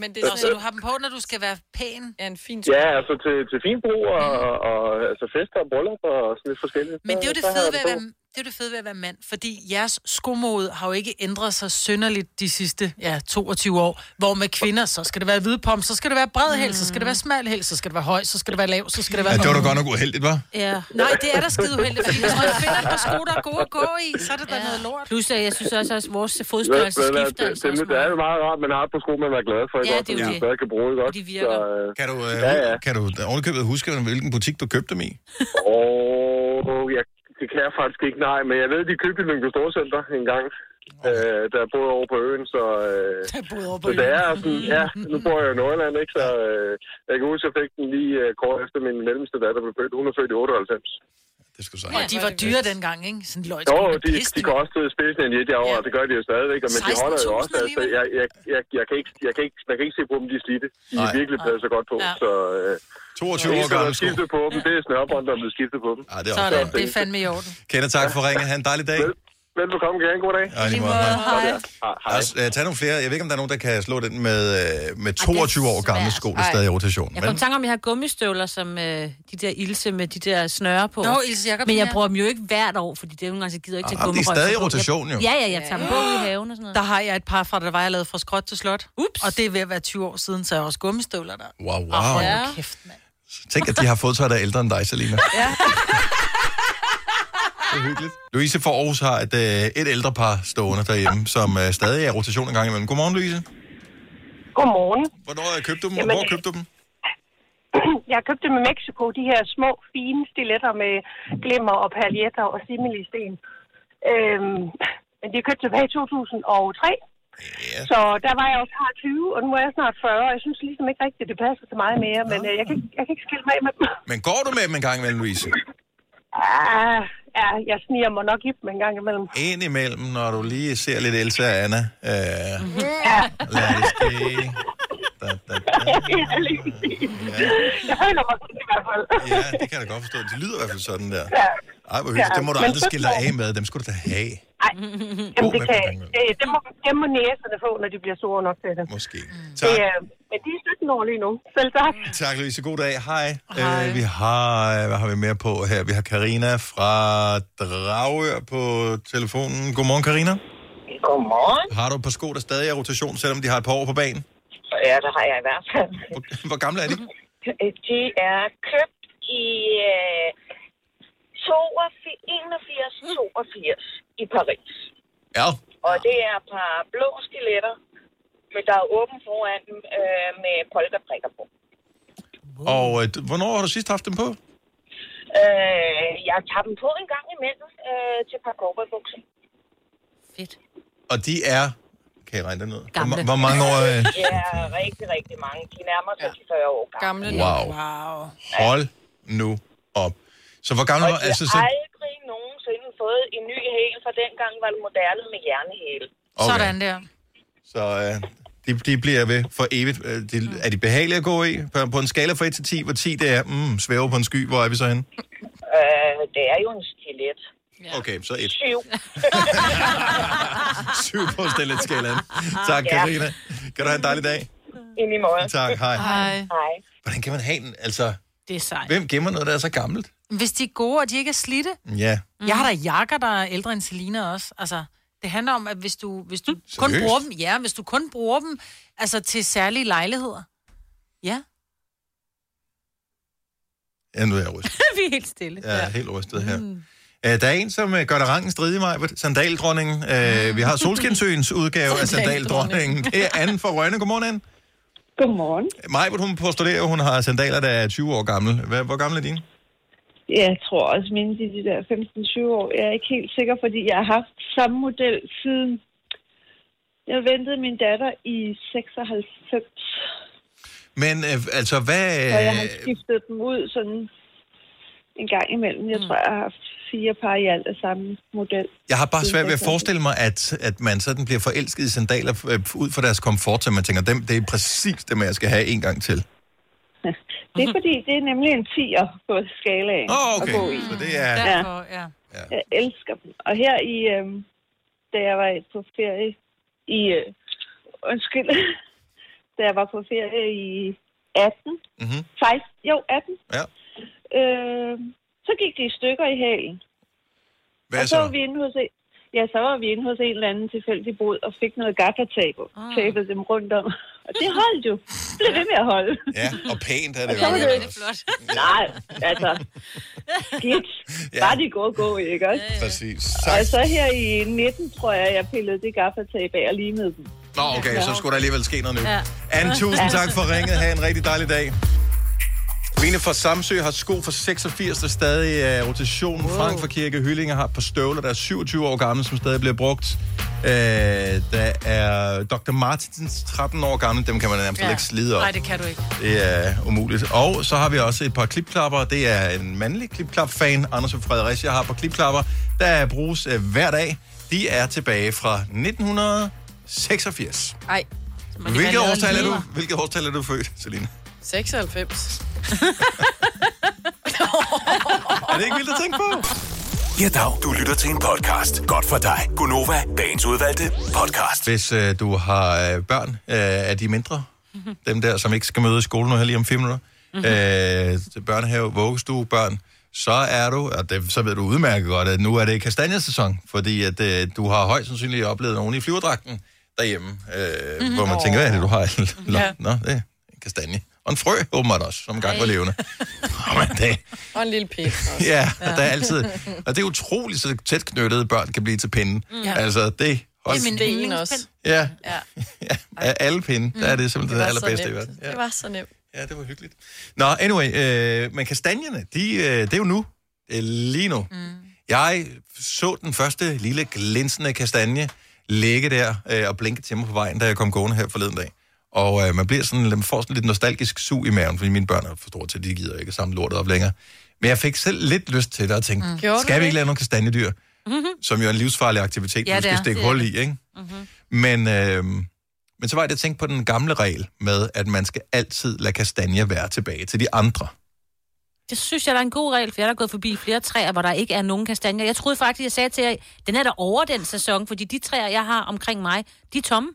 Speaker 2: Men det er sådan, så du har dem på, når du skal være pæn.
Speaker 4: Ja, en fin
Speaker 21: ja, altså til, til finbrug og, og, og altså fester og bryllup og sådan lidt forskelligt.
Speaker 2: Men det er jo det
Speaker 21: Så- så har
Speaker 2: fede ved at
Speaker 21: Øh, jeg dem
Speaker 2: være,
Speaker 21: på.
Speaker 2: det er jo det fede ved at være mand, fordi jeres skomode har jo ikke ændret sig synderligt de sidste ja, 22 år, hvor med kvinder, så skal det være hvidpom, så skal det være bred hæl, så skal det være smal hæl, så skal det være høj, så skal det være lav, så skal det være...
Speaker 1: Mm. Ja, det var da godt nok uheldigt, var?
Speaker 3: Ja.
Speaker 2: Nej, det er da skide uheldigt, fordi hvis man finder et par sko, der er gode at gå i, så er det da noget lort.
Speaker 3: Plus, at jeg synes også, at vores
Speaker 21: Ved-
Speaker 3: fodstørrelse
Speaker 21: ved du hvad,
Speaker 3: skifter.
Speaker 21: det, det, det, er jo meget rart, man har på sko, man er glad for. ikke
Speaker 3: Ja,
Speaker 21: også,
Speaker 3: det er jo
Speaker 21: som man
Speaker 3: det.
Speaker 21: stadig kan bruge det godt. De
Speaker 3: virker.
Speaker 1: Kan du, øh,
Speaker 21: ja, ja.
Speaker 1: Kan du ovenikøbet huske, hvilken butik du købte dem i?
Speaker 21: Åh, jeg, det kan jeg faktisk ikke, nej. Men jeg ved, de købte i Lyngby Storcenter en gang, øh, da jeg boede over på øen. Så, øh, så det er sådan, ja, nu bor jeg i Nordjylland, ikke? Så øh, jeg kan huske, jeg fik den lige øh, kort efter min mellemste datter blev født. Hun er født i 98.
Speaker 2: Og de var dyre dengang, ikke? Sådan løg.
Speaker 21: Jo, de, de kostede spidsen en lidt derovre, og det gør de jo stadigvæk, og men de holder jo også.
Speaker 2: 16.000
Speaker 21: Altså, jeg, jeg, jeg, jeg, kan ikke, jeg kan ikke, man kan ikke se på dem, de er slidte. De er
Speaker 1: Nej.
Speaker 21: virkelig blevet så godt på.
Speaker 2: Ja.
Speaker 21: Så, øh,
Speaker 1: 22
Speaker 21: det
Speaker 1: år
Speaker 21: eneste, der er
Speaker 1: gammel sko.
Speaker 21: skiftet på dem, det er snørbånd, der er blevet skiftet på dem.
Speaker 1: Ja, det er også
Speaker 2: Sådan, det er fandme i orden.
Speaker 1: Kenneth, tak for at ringe. Ha' en dejlig dag.
Speaker 21: Velbekomme, gerne. God dag.
Speaker 1: Ja, lige måde.
Speaker 2: Hej.
Speaker 1: Hej. Altså, øh, tag nogle flere. Jeg ved ikke, om der er nogen, der kan slå den med, øh, med 22 år gamle sko, der er
Speaker 3: Ej.
Speaker 1: stadig i rotation.
Speaker 3: Jeg
Speaker 1: vel?
Speaker 3: kom i tanke om, at jeg har gummistøvler, som øh, de der ilse med de der snøre på.
Speaker 2: Nå, Ilse Jacobsen,
Speaker 3: Men jeg
Speaker 2: ja.
Speaker 3: bruger dem jo ikke hvert år, fordi det er nogle gange, så gider jeg ikke
Speaker 1: Ah,
Speaker 3: til
Speaker 1: men de er
Speaker 3: gummirøg.
Speaker 1: stadig i rotation, jo.
Speaker 3: Ja, ja, jeg tager dem på ude i haven og sådan noget.
Speaker 2: Der har jeg et par fra, der var jeg lavet fra skråt til slot. Ups. Og det er ved at være 20 år siden, så jeg har også gummistøvler der.
Speaker 1: Wow, wow.
Speaker 2: Og hold nu kæft, mand.
Speaker 1: Tænk, at de har fået tøj, der er ældre end dig, Selina.
Speaker 2: Ja.
Speaker 1: Det er hyggeligt. Louise fra Aarhus har et, øh, et ældre par stående derhjemme, som øh, stadig er i rotation en gang imellem. Godmorgen, Louise.
Speaker 22: Godmorgen.
Speaker 1: Hvornår øh, købte du dem, og
Speaker 22: Jamen,
Speaker 1: hvor købte du dem?
Speaker 22: Jeg købte dem i Mexico, de her små, fine stiletter med glimmer og paljetter og similisten. Øhm, men de er købt tilbage i 2003. Så der var jeg også 20, og nu er jeg snart 40, og jeg synes ligesom ikke rigtigt, det passer til mig mere, men øh, jeg, kan, ikke- jeg kan ikke skille mig af med dem.
Speaker 1: Men går du med dem en gang imellem, Louise?
Speaker 22: Ah, ja, jeg sniger mig nok i dem en gang imellem.
Speaker 1: En imellem, når du lige ser lidt Elsa og Anna. Øh,
Speaker 5: Mhm.
Speaker 22: Ja.
Speaker 1: lad det ske.
Speaker 22: Ja, lige præcis. Jeg føler mig sådan i hvert fald.
Speaker 1: Ja, det kan jeg da godt forstå. De lyder i hvert fald sådan der.
Speaker 22: Ja.
Speaker 1: Ej, hvor hyggeligt.
Speaker 22: Ja,
Speaker 1: Det må du
Speaker 22: men
Speaker 1: aldrig
Speaker 22: så-
Speaker 1: skille dig af med. Dem skulle du da have.
Speaker 22: Ej, jamen det
Speaker 1: med
Speaker 22: kan
Speaker 1: på
Speaker 22: jeg ikke. Øh, Det må, det må næserne få, når de bliver store nok til det.
Speaker 1: Måske.
Speaker 22: Det, øh, men de er 17 år lige nu. Selv tak.
Speaker 1: Tak, Louise. God dag. Hej. Hej. vi har, øh, hvad har vi mere på her? Vi har Karina fra Dragør på telefonen. Godmorgen, Karina.
Speaker 14: Godmorgen.
Speaker 1: Har du et par sko, der stadig er i rotation, selvom de har et par år på banen?
Speaker 14: Ja, det har jeg i hvert fald.
Speaker 1: Hvor gamle er de?
Speaker 14: De er købt i øh, 82, 81, 82 i Paris.
Speaker 1: Ja.
Speaker 14: Og det er et par blå stiletter, men der er åben foran dem øh, med polkaprikker på.
Speaker 1: Og øh, d- hvornår har du sidst haft dem på?
Speaker 14: Øh, jeg tager dem på en gang imellem øh, til et par cowboybukser.
Speaker 1: Og de er... Kan jeg regne den ud? Hvor ma-
Speaker 14: Gamle.
Speaker 1: Hvor mange år... Øh...
Speaker 14: Ja, rigtig, rigtig mange. De nærmer sig ja. de 40 år gamle.
Speaker 1: Wow. Hold nu op. Så hvor gammel
Speaker 14: Og
Speaker 1: var...
Speaker 14: de altså,
Speaker 1: Altså,
Speaker 14: så...
Speaker 1: så...
Speaker 14: aldrig nogensinde fået en ny hæl, for dengang var det moderne med jernehæl.
Speaker 1: Okay.
Speaker 2: Sådan der.
Speaker 1: Så øh, de, de bliver ved for evigt. Øh,
Speaker 14: Mm.
Speaker 1: De, er de behagelige at gå i? På, på en skala fra 1 til 10, hvor 10 det er, mm, svæver på en sky, hvor er vi så henne?
Speaker 14: Øh, det er jo en stilet.
Speaker 1: Okay, så 1.
Speaker 14: Syv.
Speaker 1: 7 på skalaen. Tak,
Speaker 14: Ja.
Speaker 1: Karina. Kan du have en dejlig dag?
Speaker 14: Ind i morgen.
Speaker 1: Tak, hej.
Speaker 2: Hej.
Speaker 14: Hej.
Speaker 1: Hvordan kan man have den? Altså,
Speaker 2: Det er sejt.
Speaker 1: hvem gemmer noget, der er så gammelt?
Speaker 2: Hvis de er gode, og de ikke er slidte.
Speaker 1: Ja.
Speaker 2: Mm. Jeg har da jakker, der er ældre end Selina også. Altså, det handler om, at hvis du, hvis du kun
Speaker 1: Mm. Seriøst?
Speaker 2: bruger dem, ja, hvis du kun bruger dem altså, til særlige lejligheder. Ja.
Speaker 1: Ja, nu er jeg rystet.
Speaker 2: Vi er helt stille.
Speaker 1: Jeg er helt rystet her. Øh, der er en, som øh, gør der rangen strid i mig, Sandaldronningen. Øh, vi har Solskinsøens udgave af Sandaldronningen. Det er Anne fra Rønne. Godmorgen, Anne.
Speaker 5: Godmorgen.
Speaker 1: Majbert, hun postulerer, at hun har sandaler, der er 20 år gamle. Hvad, hvor gamle er dine?
Speaker 5: Jeg tror også mindst i de der 15-20 år. Jeg er ikke helt sikker, fordi jeg har haft samme model siden... Jeg ventede min datter i 96,
Speaker 1: Men øh, altså, hvad...
Speaker 5: og jeg har skiftet dem ud sådan en gang imellem. Jeg tror, jeg har haft fire par i alt af samme model.
Speaker 1: Mm. Jeg har bare svært ved at forestille mig, at, at man sådan bliver forelsket i sandaler øh, ud fra deres komfort, så man tænker, dem, det er præcis dem, jeg skal have en gang til.
Speaker 5: Det er fordi, det er nemlig en 10'er på skalaen
Speaker 1: Åh,
Speaker 5: at
Speaker 1: okay.
Speaker 5: gå i.
Speaker 1: Så det er-
Speaker 2: Derfor, ja.
Speaker 5: Jeg elsker dem. Og her i, øhm, da jeg var på ferie i, øh, undskyld, da jeg var på ferie i 18,
Speaker 1: mm-hmm.
Speaker 5: 16, jo 18,
Speaker 1: ja.
Speaker 5: øh, så gik de i stykker i halen.
Speaker 1: Hvad
Speaker 5: og så? var vi inde hos en, ja, så var vi inde hos en eller anden tilfældig bod og fik noget gaffertape og
Speaker 2: Ah.
Speaker 5: tapede dem rundt om. Og det holdt jo. Det blev ved med at holde.
Speaker 1: Ja, og pænt er
Speaker 5: Og
Speaker 1: det
Speaker 5: så
Speaker 1: jo.
Speaker 5: var
Speaker 1: ikke?
Speaker 5: det flot. Nej, altså, skidt. Bare de gode gå, ikke også?
Speaker 1: Præcis.
Speaker 5: Og så her i 19, tror jeg, jeg pillede det gaffatape af og limede dem.
Speaker 1: Nå, okay, så skulle der alligevel ske noget nu.
Speaker 5: Ja.
Speaker 1: Anne,
Speaker 5: Ja.
Speaker 1: tusind tak for ringet. Ha' en rigtig dejlig dag. Lene fra Samsø har sko fra 86, der stadig er i øh, rotation. Wow. Frank fra Kirke Hyllinger har på støvler, der er 27 år gamle, som stadig bliver brugt. Øh, der er Dr. Martins 13 år gamle, dem kan man nærmest ja. ikke slide op.
Speaker 2: Nej, det kan du ikke.
Speaker 1: Det er umuligt. Og så har vi også et par klipklapper. Det er en mandlig klipklap-fan, Anders fra Fredericia, har på klipklapper, der bruges øh, hver dag. De er tilbage fra 1986.
Speaker 4: Ej.
Speaker 1: Hvilket årstal er du? Hvilket årstal er du født, Selina?
Speaker 4: 96.
Speaker 1: Er det ikke vildt at tænke på?
Speaker 6: Ja, dag. Du lytter til en podcast. Godt for dig. Gunova, dagens udvalgte podcast.
Speaker 1: Hvis øh, du har øh, børn øh, af de mindre,
Speaker 4: Mhm.
Speaker 1: dem der, som ikke skal møde i skolen nu her lige om fem minutter,
Speaker 20: Mhm.
Speaker 1: øh, til børnehave, vuggestue, børn, så er du, og det, så ved du udmærket godt, at nu er det kastanjesæson, fordi at, øh, du har højst sandsynligt oplevet nogen i flyverdragten derhjemme, øh,
Speaker 20: Mhm.
Speaker 1: mm-hmm. hvor man tænker, hvad er det, du har? Nå,
Speaker 4: Ja.
Speaker 1: Nå, det er en kastanje. Og en frø, åbenbart også, som engang var levende. Nå, men det,
Speaker 4: Og en lille pik også.
Speaker 1: Ja, og der er altid... Og det er utroligt, så tæt knyttede børn kan blive til pinden.
Speaker 4: Mm.
Speaker 1: Mm.
Speaker 4: Ja.
Speaker 1: Altså, det...
Speaker 4: Det er min ven også.
Speaker 1: Ja,
Speaker 4: Ja.
Speaker 1: af alle pinde, mm. der er det simpelthen det,
Speaker 4: var så
Speaker 1: allerbedste i
Speaker 4: nemt.
Speaker 1: verden. Ja.
Speaker 4: Det var så nemt.
Speaker 1: Ja, det var hyggeligt. Nå, anyway, øh, men kastanjerne, de, øh, det er jo nu. Det er lige nu. Mm. Jeg så den første lille glinsende kastanje ligge der øh, og blinke til mig på vejen, da jeg kom gående her forleden dag. Og øh, man bliver sådan, man får sådan lidt nostalgisk sug i maven, fordi mine børn er for store til, at de gider ikke at samle lortet op længere. Men jeg fik selv lidt lyst til det og tænkte,
Speaker 2: Mm. Gjorde
Speaker 1: mm.
Speaker 2: du
Speaker 1: skal vi
Speaker 2: det?
Speaker 1: ikke lave nogle kastanjedyr?
Speaker 2: Mhm.
Speaker 1: Som jo er en livsfarlig aktivitet,
Speaker 2: Ja,
Speaker 1: ja,
Speaker 2: det
Speaker 1: du skal
Speaker 2: er.
Speaker 1: stikke
Speaker 2: Det er
Speaker 1: hul
Speaker 2: det. Mm-hmm.
Speaker 1: i, ikke? Men, øh, men så var jeg til at tænke på den gamle regel med, at man skal altid lade kastanjer være tilbage til de andre.
Speaker 3: Det synes jeg, der er en god regel, for jeg er gået forbi flere træer, hvor der ikke er nogen kastanjer. Jeg troede faktisk, jeg sagde til jer, den er der over den sæson, fordi de træer, jeg har omkring mig, de er tomme.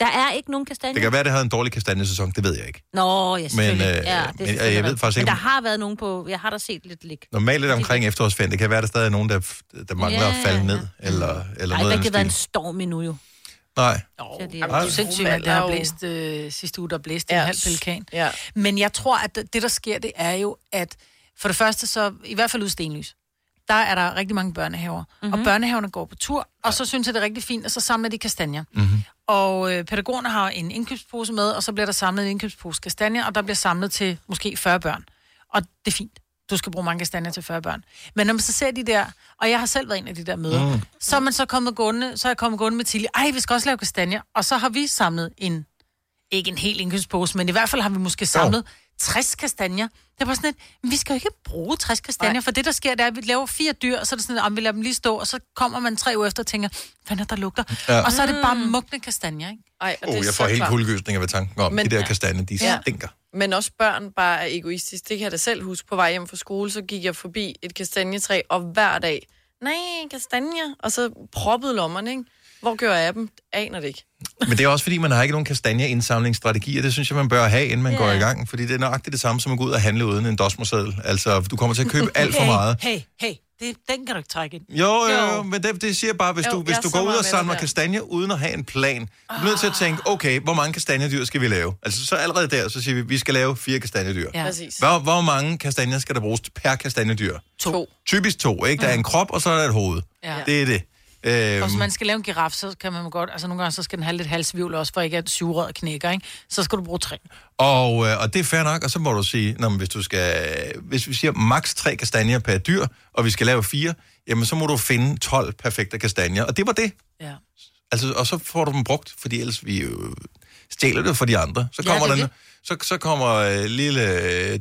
Speaker 3: Der er ikke nogen kastanjer.
Speaker 4: Mhm.
Speaker 1: Det kan være, at det havde en dårlig kastanjesæson, det ved jeg ikke.
Speaker 3: Nå, ja, selvfølgelig.
Speaker 1: Men, øh,
Speaker 3: ja,
Speaker 1: men
Speaker 3: selvfølgelig
Speaker 1: jeg ved
Speaker 3: rigtigt.
Speaker 1: faktisk ikke,
Speaker 3: Men
Speaker 1: om-
Speaker 3: der har været nogen på... Jeg har da set lidt lig.
Speaker 1: Normalt er det omkring efterårsferien. Det kan være, at der stadig er nogen, der, der mangler
Speaker 3: Ja,
Speaker 1: at falde ned. Eller, eller
Speaker 3: Der har ikke
Speaker 1: noget
Speaker 3: rigtig
Speaker 1: af
Speaker 3: været
Speaker 1: den
Speaker 3: en
Speaker 1: stil.
Speaker 3: storm endnu jo.
Speaker 1: Nej.
Speaker 2: Det er
Speaker 1: Ej,
Speaker 2: jo sindssygt, at det har blæst øh, sidste uge, der blæste ja. en halv pelikan. Ja. Men jeg tror, at det, der sker, det er jo, at for det første så, i hvert fald ud stenlys, der er der rigtig mange børnehaver. Mm-hmm. Og børnehaverne går på tur, og så synes jeg, det er rigtig fint, og så samler de kastanjer.
Speaker 14: Mhm.
Speaker 15: Mm-hmm.
Speaker 2: Og øh, pædagogerne har en indkøbspose med, og så bliver der samlet en indkøbspose kastanjer, og der bliver samlet til måske 40 børn. Og det er fint. Du skal bruge mange kastanjer til 40 børn. Men når man så ser de der, og jeg har selv været en af de der møder,
Speaker 15: Mm.
Speaker 2: mm. så er man så kommet gående, så er jeg kommet gående med Tilly, ej, vi skal også lave kastanjer. Og så har vi samlet en, ikke en hel indkøbspose, men i hvert fald har vi måske samlet 60 kastanjer. Det var sådan lidt, men vi skal jo ikke bruge 60 kastanjer, for det der sker, det er, at vi laver fire dyr, og så er det sådan, at vi lader dem lige stå, og så kommer man tre uger efter og tænker, hvad er der lugter?
Speaker 1: Ja.
Speaker 2: Ja. Og så er det bare mugne kastanjer, ikke?
Speaker 4: Ej, og det er
Speaker 1: Oh, jeg
Speaker 4: så
Speaker 1: får helt
Speaker 4: klart.
Speaker 1: kuldegysninger ved tanken om,
Speaker 4: Men-
Speaker 1: Men, de der
Speaker 4: Ja.
Speaker 1: kastanjer, de
Speaker 4: Ja.
Speaker 1: ja. stinker.
Speaker 4: Men også børn bare er egoistiske. Det kan jeg da selv huske. På vej hjem fra skole, så gik jeg forbi et kastanjetræ, og hver dag, nej, kastanjer, og så proppede lommerne, ikke? Hvor gør jeg af dem? Aner det ikke.
Speaker 1: Men det er også fordi, man har ikke nogen kastanjeindsamlingsstrategier. Det synes jeg, man bør have, inden man
Speaker 4: Ja.
Speaker 1: yeah. går i gang. Fordi det er nøjagtigt det samme, som at gå ud og handle uden en dosmerseddel. Altså, du kommer til at købe alt for meget.
Speaker 2: Hey, hey, hey. Det, den kan du ikke trække ind.
Speaker 1: Jo, jo, jo, men det, det siger bare, hvis
Speaker 2: Jo,
Speaker 1: du, hvis
Speaker 2: jeg er
Speaker 1: du
Speaker 2: så
Speaker 1: går ud
Speaker 2: meget
Speaker 1: og
Speaker 2: med
Speaker 1: samler
Speaker 2: det der. Ah.
Speaker 1: kastanjer uden at have en plan, du er nødt til at tænke, okay, hvor mange kastanjedyr skal vi lave? Altså, så allerede der, så siger vi, vi skal lave fire kastanjedyr.
Speaker 4: Ja. Præcis.
Speaker 1: Hvor, hvor mange kastanjer skal der bruges per kastanjedyr?
Speaker 2: To. Mm.
Speaker 1: Typisk to, ikke? Der er en krop, og så er der et hoved.
Speaker 2: Ja.
Speaker 1: Det er det. Øhm,
Speaker 2: Og hvis man skal lave en giraf, så kan man godt... Altså nogle gange, så skal den have lidt halsvivl også, for ikke at syvrøret knækker, ikke? Så skal du bruge tre.
Speaker 1: Og, øh, og det er fair nok, og så må du sige, når, hvis, du skal, hvis vi siger maks tre kastanjer per dyr, og vi skal lave fire, jamen så må du finde 12 perfekte kastanjer, og det var det.
Speaker 2: Ja.
Speaker 1: Altså, og så får du dem brugt, fordi ellers vi jo stjæler det fra de andre. Så
Speaker 2: Ja,
Speaker 1: kommer,
Speaker 2: det er
Speaker 1: den, så, så kommer øh, lille... Øh, øh,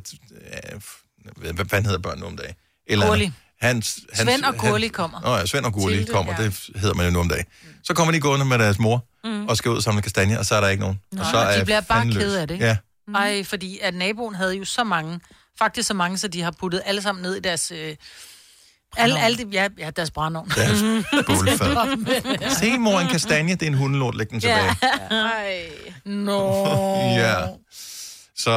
Speaker 1: hvad, hvad fanden hedder børn nu om dagen?
Speaker 2: Gurli.
Speaker 1: Hans, hans,
Speaker 2: Svend og
Speaker 1: han-
Speaker 2: Gurli kommer.
Speaker 1: Nå ja, Svend og Gurli
Speaker 2: Tilde,
Speaker 1: kommer,
Speaker 2: ja.
Speaker 1: det hedder man jo nu om dagen. Så kommer de gående med deres mor,
Speaker 2: Mm.
Speaker 1: mm. og skal ud og samle kastanjer, og så er der ikke nogen.
Speaker 2: Nå,
Speaker 1: og
Speaker 2: så
Speaker 1: så
Speaker 2: de bliver bare
Speaker 1: fanden løs.
Speaker 2: kede af det, ikke? Mm.
Speaker 1: Ja.
Speaker 2: Ej, fordi at naboen havde jo så mange, faktisk så mange, så de har puttet alle sammen ned i deres... Øh, alle, alle, de- ja, ja, deres brændovn.
Speaker 1: Deres
Speaker 2: Mm.
Speaker 1: guldfad. Se, mor, en kastanje, det er en hundelort, læg den tilbage.
Speaker 2: Ej. Nå.
Speaker 1: Ja. Så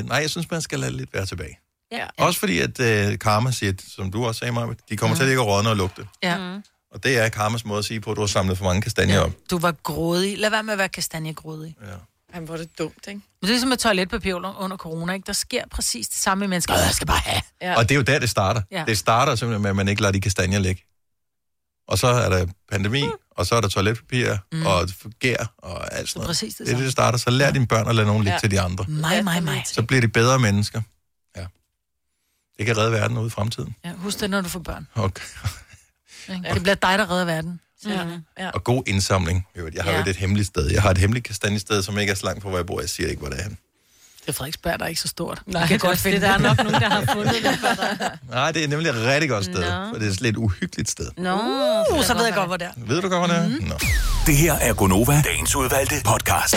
Speaker 1: øh, nej, jeg synes, man skal lade lidt være tilbage.
Speaker 2: Ja.
Speaker 1: Også fordi, at øh, karma siger, som du også sagde, Marvitt, de kommer mm. til at ligge og rådne og lugte.
Speaker 2: ja.
Speaker 1: Og det er karmas måde at sige på, at du har samlet for mange kastanjer op.
Speaker 2: Du var grådig. Lad være med at være kastanjegrådig.
Speaker 1: Ja.
Speaker 2: Jamen, hvor er det dumt, ikke? Men det er ligesom med toiletpapir under, under corona, ikke? Der sker præcis det samme med mennesker. Øh, jeg skal bare have.
Speaker 1: Ja. Og det er jo der, det starter.
Speaker 2: Ja.
Speaker 1: Ja. Det starter simpelthen med, at man ikke lader de kastanjer ligge. Og så er der pandemi, mm. og så er der toiletpapir, mm. og gær, og alt sådan noget.
Speaker 2: præcis det
Speaker 1: det er det,
Speaker 2: samme.
Speaker 1: der starter. Så lær dine børn at lade nogen ligge
Speaker 2: Ja.
Speaker 1: ja. til de andre.
Speaker 2: Mig, mig, mig.
Speaker 1: Så bliver de bedre mennesker. Ja. Det kan redde verden ude i fremtiden.
Speaker 2: Ja, husk det, når du får børn.
Speaker 1: Okay.
Speaker 2: Ikke? Det bliver dig, der redder verden. Mm. Ja. ja.
Speaker 1: Og god indsamling. i øvrigt. Jeg har
Speaker 2: Ja.
Speaker 1: jo et hemmeligt sted. Jeg har et hemmeligt kastanjested, som ikke er så langt fra, hvor jeg bor. Jeg siger ikke, hvor det er.
Speaker 2: Det er Frederiksberg, der er ikke så stort.
Speaker 3: Nej,
Speaker 2: Man kan
Speaker 3: det er
Speaker 2: godt finde
Speaker 3: det. Der er nok nogen, der har
Speaker 2: fundet det.
Speaker 1: Nej, det er nemlig et rigtig godt sted.
Speaker 2: Nå.
Speaker 1: For det er et lidt uhyggeligt sted.
Speaker 3: Nå,
Speaker 2: uh, så ved jeg godt, hvor det er.
Speaker 1: Ved du godt, hvor det er?
Speaker 2: Mm-hmm.
Speaker 1: Mm. Nå.
Speaker 6: Det her er Gonova, dagens udvalgte podcast.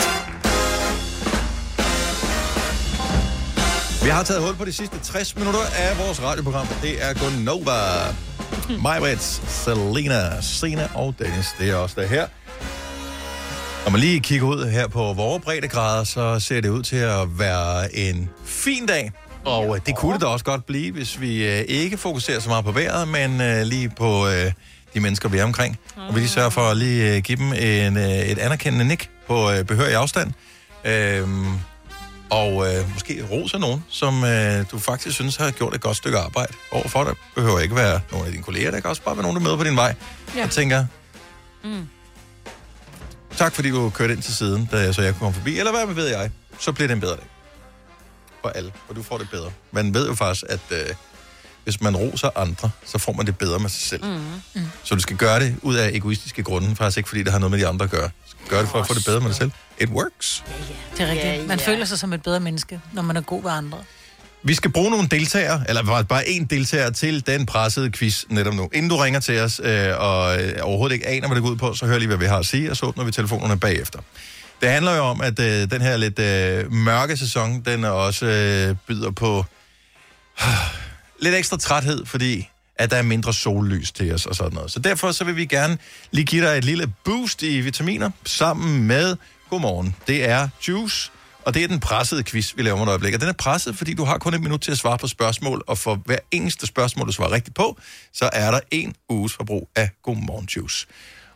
Speaker 1: Vi har taget hul på de sidste 60 minutter af vores radioprogram. Det er Gunnova. Majbrits, Selena, Sina og Dennis. Det er os, der er her. Når man lige kigger ud her på vores breddegrader, så ser det ud til at være en fin dag. Og øh, det kunne det da også godt blive, hvis vi øh, ikke fokuserer så meget på vejret, men øh, lige på øh, de mennesker, vi er omkring. Og vi lige sørger for at lige øh, give dem en, øh, et anerkendende nik på øh, behørig afstand. Øhm, og øh, måske roser nogen, som øh, du faktisk synes har gjort et godt stykke arbejde overfor dig. behøver ikke være nogen af dine kolleger, der kan også bare være nogen, der møder på din vej. Ja. Og tænker,
Speaker 15: Mm.
Speaker 1: tak fordi du kørte ind til siden, da jeg, så jeg kunne komme forbi. Eller hvad ved jeg, så bliver det en bedre dag. For alle, og du får det bedre. Man ved jo faktisk, at øh, hvis man roser andre, så får man det bedre med sig selv. Mm.
Speaker 2: Mm.
Speaker 1: Så du skal gøre det ud af egoistiske grunde, faktisk ikke fordi det har noget med de andre at gøre. Du skal gøre det for at få det bedre med dig selv. It works.
Speaker 2: Det er rigtigt.
Speaker 1: Ja,
Speaker 2: Man
Speaker 1: ja.
Speaker 2: føler sig som et bedre menneske, når man er god ved andre.
Speaker 1: Vi skal bruge nogle deltagere, eller bare- bare én deltager til den pressede quiz netop nu. Inden du ringer til os øh, og øh, overhovedet ikke aner, hvad det går ud på, så hør lige, hvad vi har at sige, og så åbner vi telefonerne bagefter. Det handler jo om, at øh, den her lidt øh, mørke sæson, den er også øh, byder på lidt ekstra træthed, fordi at der er mindre sollys til os og sådan noget. Så derfor så vil vi gerne lige give dig et lille boost i vitaminer sammen med Godmorgen. Det er Juice, og det er den pressede quiz, vi laver om et øjeblik. Og den er presset, fordi du har kun et minut til at svare på spørgsmål, og for hver eneste spørgsmål, du svarer rigtigt på, så er der en uges forbrug af Godmorgen Juice.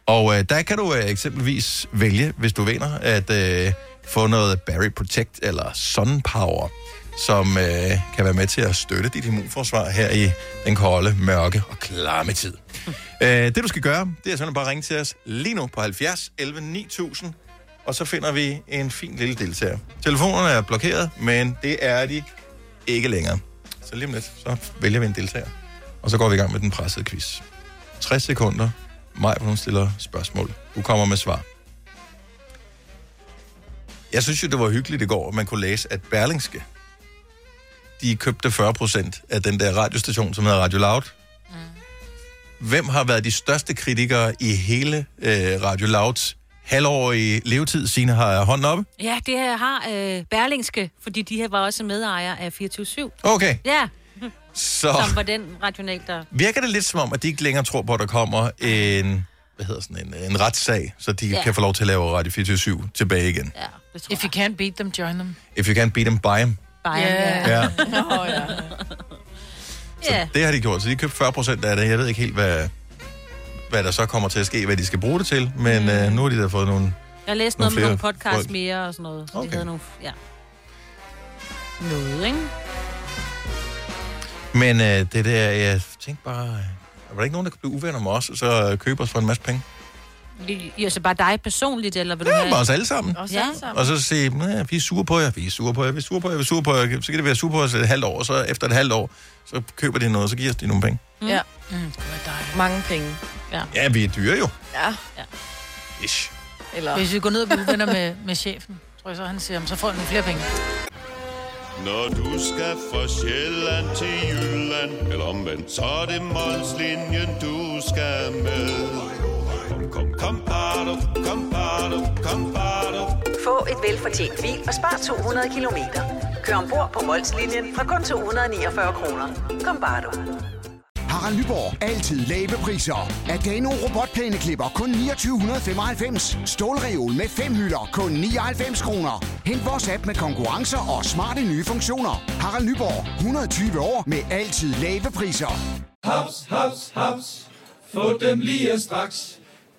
Speaker 1: Og øh, der kan du øh, eksempelvis vælge, hvis du vinder, at øh, få noget Barry Protect eller Sun Power, som øh, kan være med til at støtte dit immunforsvar her i den kolde, mørke og klamme tid. Øh, det du skal gøre, det er simpelthen bare at ringe til os lige nu på 70 11 9000, og så finder vi en fin lille deltager. Telefonerne er blokeret, men det er de ikke længere. Så lige om lidt, så vælger vi en deltager, og så går vi i gang med den pressede quiz. 60 sekunder. Maj, hvor hun stiller spørgsmål. Du kommer med svar. Jeg synes jo, det var hyggeligt i går, at man kunne læse, at Berlingske, de købte 40 procent af den der radiostation, som hedder Radio Loud. Mm. Hvem har været de største kritikere i hele øh, Radio Louds halvårige levetid? Signe har hånden oppe.
Speaker 3: Ja, det her har øh, Berlingske, fordi de her var også medejer af 24-7.
Speaker 1: Okay.
Speaker 3: Ja.
Speaker 1: Så-
Speaker 3: Som var den regional, der...
Speaker 1: Virker det lidt som om, at de ikke længere tror på, at der kommer en, hvad hedder sådan en, en retssag, så de
Speaker 2: Ja.
Speaker 1: ja. kan få lov til at lave Radio 24 tilbage igen?
Speaker 2: If you can't beat them, join them.
Speaker 1: If you can't beat them, buy them.
Speaker 2: Bare yeah.
Speaker 1: Ja.
Speaker 2: Nå, ja.
Speaker 3: Ja.
Speaker 1: Det har de gjort, så de købte 40 procent af det. Jeg ved ikke helt, hvad, hvad der så kommer til at ske, hvad de skal bruge det til, men mm. øh, nu har de da fået nogle...
Speaker 3: Jeg læste
Speaker 1: Nogle
Speaker 3: noget med nogle
Speaker 1: flere
Speaker 3: podcasts
Speaker 1: folk.
Speaker 3: mere og sådan noget. Så okay.
Speaker 1: Okay.
Speaker 3: de havde nogle... Ja. Noget, ikke?
Speaker 1: Men øh, det der, jeg tænkte bare, øh, var der ikke nogen, der kunne blive uvenner med os, og så øh, købe os for en masse penge?
Speaker 3: Ja, så bare dig personligt, eller vil du
Speaker 1: Ja, bare os alle sammen.
Speaker 3: Os ja. alle sammen.
Speaker 1: Og så sige, "Nå, vi er sure på jer, vi er sure på jer, vi er sure på jer, vi er sure på jer. Så kan det være sure på os et halvt år, og så efter et halvt år, så køber de noget, så giver os de nogle penge.
Speaker 4: Ja. Mm, Mange penge.
Speaker 3: Ja.
Speaker 1: Ja, vi er dyre jo.
Speaker 4: Ja.
Speaker 3: ja.
Speaker 1: Ish.
Speaker 4: Eller...
Speaker 2: Hvis vi går ned og bliver uvenner med, med chefen, tror jeg så, han siger, "Jamen, så får jeg nogle flere penge.
Speaker 20: Når du skal fra Sjælland til Jylland Eller omvendt, så er det Molslinjen, du skal med Kom, kom, kom, bado, kom, bado, kom, bado.
Speaker 23: Få et velfortjent bil og spar 200 kilometer. Kør ombord på Molslinjen fra kun 249 kroner. Kom bare du.
Speaker 24: Harald Nyborg. Altid lave priser. Adano robotplæneklipper kun 2995. Stålreol med fem hylder kun 99 kroner. Hent vores app med konkurrencer og smarte nye funktioner. Harald Nyborg. 120 år med altid lave priser.
Speaker 25: Haps, haps, haps. Få dem lige straks.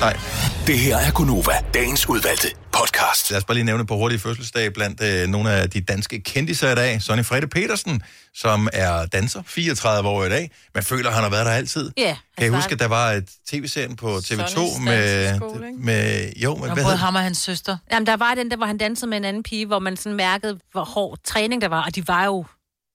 Speaker 1: Nej.
Speaker 6: Det her er Gunova, dagens udvalgte podcast.
Speaker 1: Lad os bare lige nævne på hurtige fødselsdag blandt øh, nogle af de danske kendiser i dag. Sonny Frede Petersen, som er danser, 34 år i dag. Man føler, han har været der altid.
Speaker 2: Ja, han
Speaker 1: Kan I huske, at
Speaker 2: startede-
Speaker 1: der var et tv-serien på TV2
Speaker 2: Sonnys
Speaker 1: med,
Speaker 2: danseskole, ikke?
Speaker 1: med... Jo, men
Speaker 2: Og
Speaker 1: hvad
Speaker 2: både
Speaker 1: hedder
Speaker 2: ham og hans søster.
Speaker 3: Jamen, der var den der, hvor han dansede med en anden pige, hvor man sådan mærkede, hvor hård træning der var, og de var jo,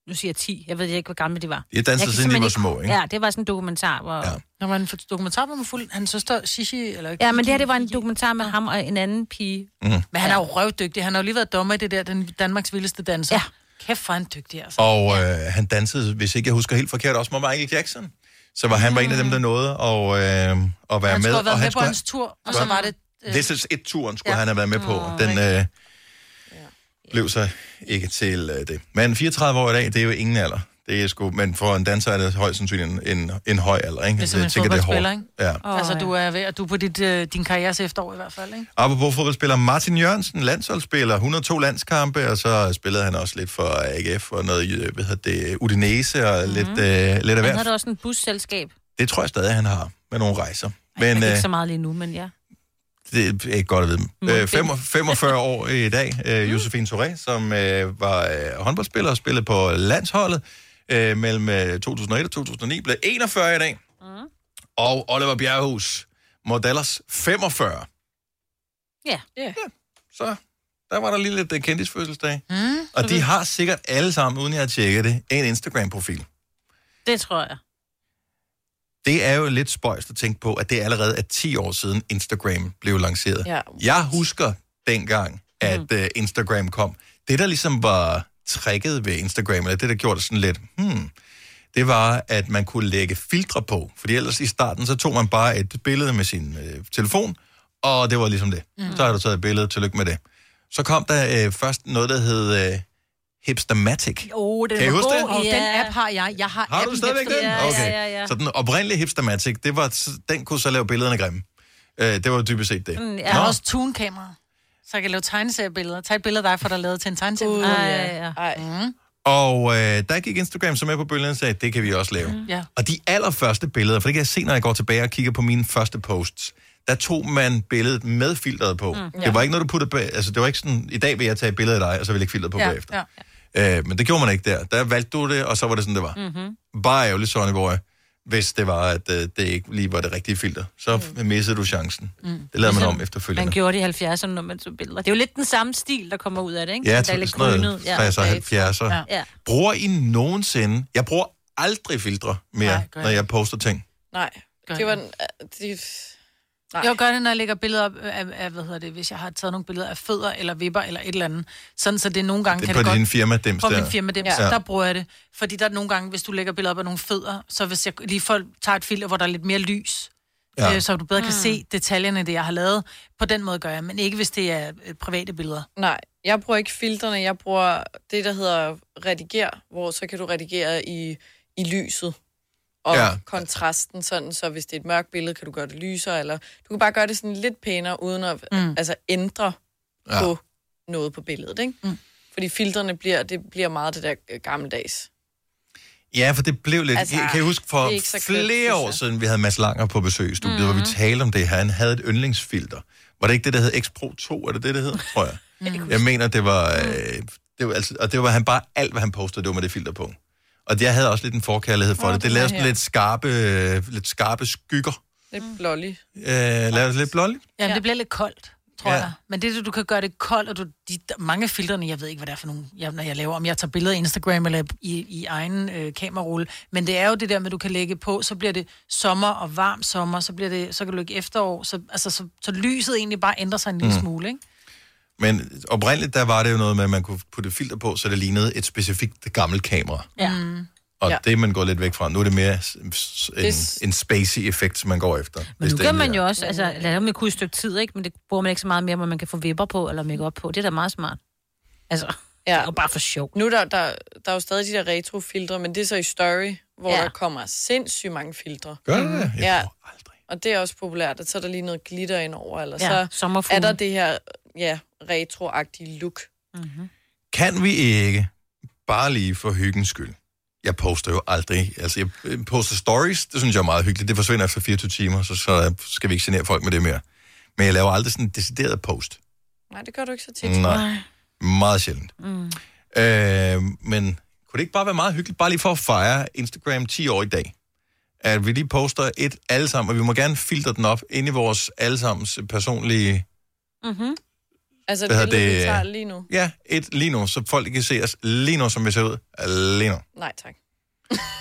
Speaker 3: nu siger jeg 10, jeg ved ikke, hvor gamle de var.
Speaker 1: De har
Speaker 3: Jeg kan
Speaker 1: danset, siden de
Speaker 3: simpelthen
Speaker 1: var små, ikke?
Speaker 3: Ja, det var sådan en dokumentar, hvor... Ja.
Speaker 2: Når man får dokumentar, hvor man fuld hans søster Shishi, eller
Speaker 3: Ja, men det her, det var en dokumentar med ham og en anden pige.
Speaker 1: Mm.
Speaker 2: Men han er jo røvdygtig. Han har jo lige været dommer i det der, den Danmarks vildeste danser. Ja. Kæft, for han er dygtig, altså.
Speaker 1: Og øh, han dansede, hvis ikke jeg husker helt forkert, også med Michael Jackson. Så var han var en af dem, der nåede at, øh, at være
Speaker 2: Ah. han
Speaker 1: med.
Speaker 2: skulle have været
Speaker 1: og
Speaker 2: med
Speaker 1: han
Speaker 2: på hans tur, og så var det... øh,
Speaker 1: This is it-turen skulle
Speaker 2: Ja.
Speaker 1: ja. han have været med på.
Speaker 2: Åh,
Speaker 1: Den øh, blev så ikke til øh, det. Men 34 år i dag, det er jo ingen alder. Det er sgu, men for en danser er det højst sandsynligt en, en, en høj alder, ikke?
Speaker 2: Det er som
Speaker 1: Jeg
Speaker 2: en
Speaker 1: tænker, det er hårdt.
Speaker 2: fodboldspiller, ikke?
Speaker 1: Ja.
Speaker 2: Oh, altså, du er, ved, at du er på dit, øh, din karrieres efterår i hvert fald, ikke?
Speaker 1: Apropos fodboldspiller Martin Jørgensen, landsholdsspiller, 102 landskampe, og så spillede han også lidt for AGF og noget, øh, hvad hedder det, Udinese og mm. lidt, øh, lidt af
Speaker 3: Han
Speaker 1: hvert.
Speaker 3: havde da også en busselskab.
Speaker 1: Det tror jeg stadig, han har med nogle rejser. Men,
Speaker 3: Men,
Speaker 1: øh,
Speaker 3: ikke så meget lige nu, men ja.
Speaker 1: det er ikke godt at vide. Øh, fem- 45 år i dag, øh, Josefine Touré, som øh, var øh, håndboldspiller og spillede på landsholdet øh, mellem øh, 2001 og 2009, blev 41 i dag. Mm. Og Oliver Bjerghus, Modellas 45.
Speaker 3: Ja.
Speaker 4: ja.
Speaker 1: Så der var der lige lidt øh, kendisfødselsdag.
Speaker 2: Hmm?
Speaker 3: Mm.
Speaker 1: Og de har sikkert alle sammen, uden jeg har tjekket det, en Instagram-profil.
Speaker 3: Det tror jeg.
Speaker 1: Det er jo lidt spøjst at tænke på, at det allerede er 10 år siden Instagram blev lanceret.
Speaker 4: Ja.
Speaker 1: Jeg husker dengang, at mm. uh, Instagram kom. Det, der ligesom var tricket ved Instagram, eller det, der gjorde det sådan lidt, hmm, det var, at man kunne lægge filtre på. Fordi ellers i starten, så tog man bare et billede med sin øh, telefon, og det var ligesom det. Mm. Så har du taget et billede, tillykke med det. Så kom der øh, først noget, der hed øh, Hipstermatic.
Speaker 2: Oh,
Speaker 1: Kan I huske det?
Speaker 2: Og den app har jeg. Jeg har,
Speaker 1: Har du
Speaker 2: appen
Speaker 1: stadigvæk
Speaker 2: efter-
Speaker 1: den?
Speaker 2: ah, Ja,
Speaker 1: okay.
Speaker 2: ja, ja, ja.
Speaker 1: Så den oprindelige hipstermatic, det var, den kunne så lave billederne grimme. Øh, det var jo dybest set det.
Speaker 2: Mm, Jeg har også tunkamera. Så jeg kan lave tegneseriebilleder. Tag et billede af dig, for der er lavet til en tegneserie. Uh,
Speaker 3: ja,
Speaker 4: ja.
Speaker 2: Mm.
Speaker 1: Og øh, der gik Instagram så med på bølgen og sagde, det kan vi også lave. Mm.
Speaker 2: ja.
Speaker 1: Og de allerførste billeder, for det kan jeg se, når jeg går tilbage og kigger på mine første posts, der tog man billedet med filteret på.
Speaker 2: Mm.
Speaker 1: Mm.
Speaker 2: Ja.
Speaker 1: Det var ikke noget, du puttede bag, altså det var ikke sådan, i dag vil jeg tage et billede af dig, og så vil jeg ikke filteret på ja. bagefter.
Speaker 2: ja.
Speaker 1: Øh, men det gjorde man ikke der. Der valgte du det, og så var det sådan, det var.
Speaker 2: Mm-hmm.
Speaker 1: Bare ærgerligt, Sonny Boy, hvis det var, at øh, det ikke lige var det rigtige filter. Så mm. missede du chancen.
Speaker 3: Mm.
Speaker 1: Det lavede man
Speaker 3: Ligesom
Speaker 1: om efterfølgende.
Speaker 3: Man gjorde det i 70'erne, når man tog billeder. Det er jo lidt den samme stil, der kommer ud af det, ikke?
Speaker 1: Ja,
Speaker 3: Sådan, der er lidt
Speaker 1: sådan noget
Speaker 3: krynet.
Speaker 1: 60'er, 70'er.
Speaker 3: Ja. ja.
Speaker 1: Bruger I nogensinde... Jeg bruger aldrig filtre mere,
Speaker 4: Nej,
Speaker 1: Nej,
Speaker 4: gør
Speaker 1: når
Speaker 4: jeg
Speaker 1: jeg poster ting.
Speaker 4: Nej,
Speaker 2: Gør
Speaker 4: det var
Speaker 2: det.
Speaker 4: den... øh, De,
Speaker 2: Nej. Jeg gør det, når jeg lægger billeder op af, af, hvad hedder det, hvis jeg har taget nogle billeder af fødder eller vipper eller et eller andet. Sådan, så det nogle gange
Speaker 1: Det er
Speaker 2: kan
Speaker 1: på
Speaker 2: det godt...
Speaker 1: din firmadims
Speaker 2: På
Speaker 1: der.
Speaker 2: min firma dem,
Speaker 1: Ja.
Speaker 2: ja. der bruger jeg det. Fordi der er nogle gange, hvis du lægger billeder op af nogle fødder, så hvis jeg lige folk tager et filter, hvor der er lidt mere lys,
Speaker 1: Ja.
Speaker 2: ja. øh, så du bedre kan
Speaker 4: Mm.
Speaker 2: se detaljerne i det, jeg har lavet. På den måde gør jeg, men ikke hvis det er øh, private billeder.
Speaker 4: Nej, jeg bruger ikke filterne, jeg bruger det, der hedder rediger, hvor så kan du redigere i, i lyset og
Speaker 1: Ja.
Speaker 4: ja. kontrasten, sådan så hvis det er et mørkt billede, kan du gøre det lysere, eller du kan bare gøre det sådan lidt pænere, uden at
Speaker 2: Mm.
Speaker 4: mm. altså, ændre
Speaker 1: Ja.
Speaker 4: ja. på noget på billedet, ikke?
Speaker 2: Mm.
Speaker 4: Fordi filterne bliver, det bliver meget det der øh, gammeldags.
Speaker 1: Ja, for det blev lidt... Altså,
Speaker 4: Altså,
Speaker 1: kan jeg huske for
Speaker 4: det er ikke så kønt, synes
Speaker 1: flere
Speaker 4: jeg. Mhm.
Speaker 1: år siden, vi havde Mads Langer på besøg i studiet, mm. hvor vi talte om det her. Han havde et yndlingsfilter. Var det ikke det, der hed X-Pro 2? Er det det, det hed? Tror jeg. Jeg mener, det var... Øh, det var altså, og det var han bare alt, hvad han postede, det var med det filter på. Og jeg havde også lidt en forkærlighed for oh, det. Det
Speaker 4: det
Speaker 1: lavede
Speaker 4: var
Speaker 1: sådan
Speaker 4: her.
Speaker 1: lidt skarpe, øh, lidt skarpe skygger.
Speaker 4: Lidt mm. blålig.
Speaker 1: Øh, lavede det lidt blåligt.
Speaker 2: Jamen, ja. det bliver lidt koldt, tror
Speaker 1: Ja.
Speaker 2: ja. jeg. Men det, er det, du kan gøre det koldt, og du, de, der, mange af filtrene, jeg ved ikke, hvad det er for nogle, jeg, når jeg laver, om jeg tager billeder i Instagram eller i, i egen øh, kamerarulle, men det er jo det der med, du kan lægge på, så bliver det sommer og varm sommer, så, bliver det, så kan du lægge efterår, så, altså, så, så lyset egentlig bare ændrer sig en lille
Speaker 1: Mm.
Speaker 2: mm. smule, ikke?
Speaker 1: Men oprindeligt, der var det jo noget med, at man kunne putte filter på, så det lignede et specifikt gammelt kamera.
Speaker 2: Ja. Mm.
Speaker 1: Og ja.
Speaker 3: Ja.
Speaker 1: det, man går lidt væk fra. Nu er det mere s- s- en,
Speaker 3: Det-
Speaker 1: en spacey-effekt, man går efter.
Speaker 3: Men
Speaker 1: hvis
Speaker 3: nu
Speaker 1: det
Speaker 3: kan
Speaker 1: endelig
Speaker 3: man
Speaker 1: er.
Speaker 3: jo også, altså lad dem kunne et stykke tid, ikke? Men det bruger man ikke så meget mere, hvor man kan få vipper på eller make op på. Det er da meget smart. Altså,
Speaker 4: Ja. Det
Speaker 3: er jo bare for sjov.
Speaker 4: Nu er der, der, der er jo stadig de der retrofiltre, men det er så i story, hvor
Speaker 3: Ja. Mhm.
Speaker 4: ja. der kommer sindssygt mange filtre.
Speaker 1: Gør det det? Jeg
Speaker 4: ja. Og det er også populært, at så er der lige noget glitter ind over, eller
Speaker 3: Ja,
Speaker 4: ja, så
Speaker 3: sommerfugle.
Speaker 4: er der det her ja, retroagtige look.
Speaker 3: Mm-hmm.
Speaker 1: Kan vi ikke, bare lige for hyggens skyld, jeg poster jo aldrig, altså jeg øh, poster stories, det synes jeg er meget hyggeligt, det forsvinder efter 24 timer, så, så skal vi ikke genere folk med det mere. Men jeg laver aldrig sådan en decideret post.
Speaker 4: Nej, det gør du ikke så tit.
Speaker 1: Nej. Meget sjældent.
Speaker 4: Mm.
Speaker 1: Øh, men kunne det ikke bare være meget hyggeligt, bare lige for at fejre Instagram 10 år i dag? At vi lige poster et alle sammen, og vi må gerne filtre den op ind i vores allesammens personlige...
Speaker 3: Mm-hmm.
Speaker 4: Altså
Speaker 1: Hvad
Speaker 4: det,
Speaker 1: hedder
Speaker 4: billede,
Speaker 1: det?
Speaker 4: vi tager lige nu.
Speaker 1: Ja, et lige nu, så folk kan se os lige nu, som vi ser ud. Lige nu.
Speaker 4: Nej, tak.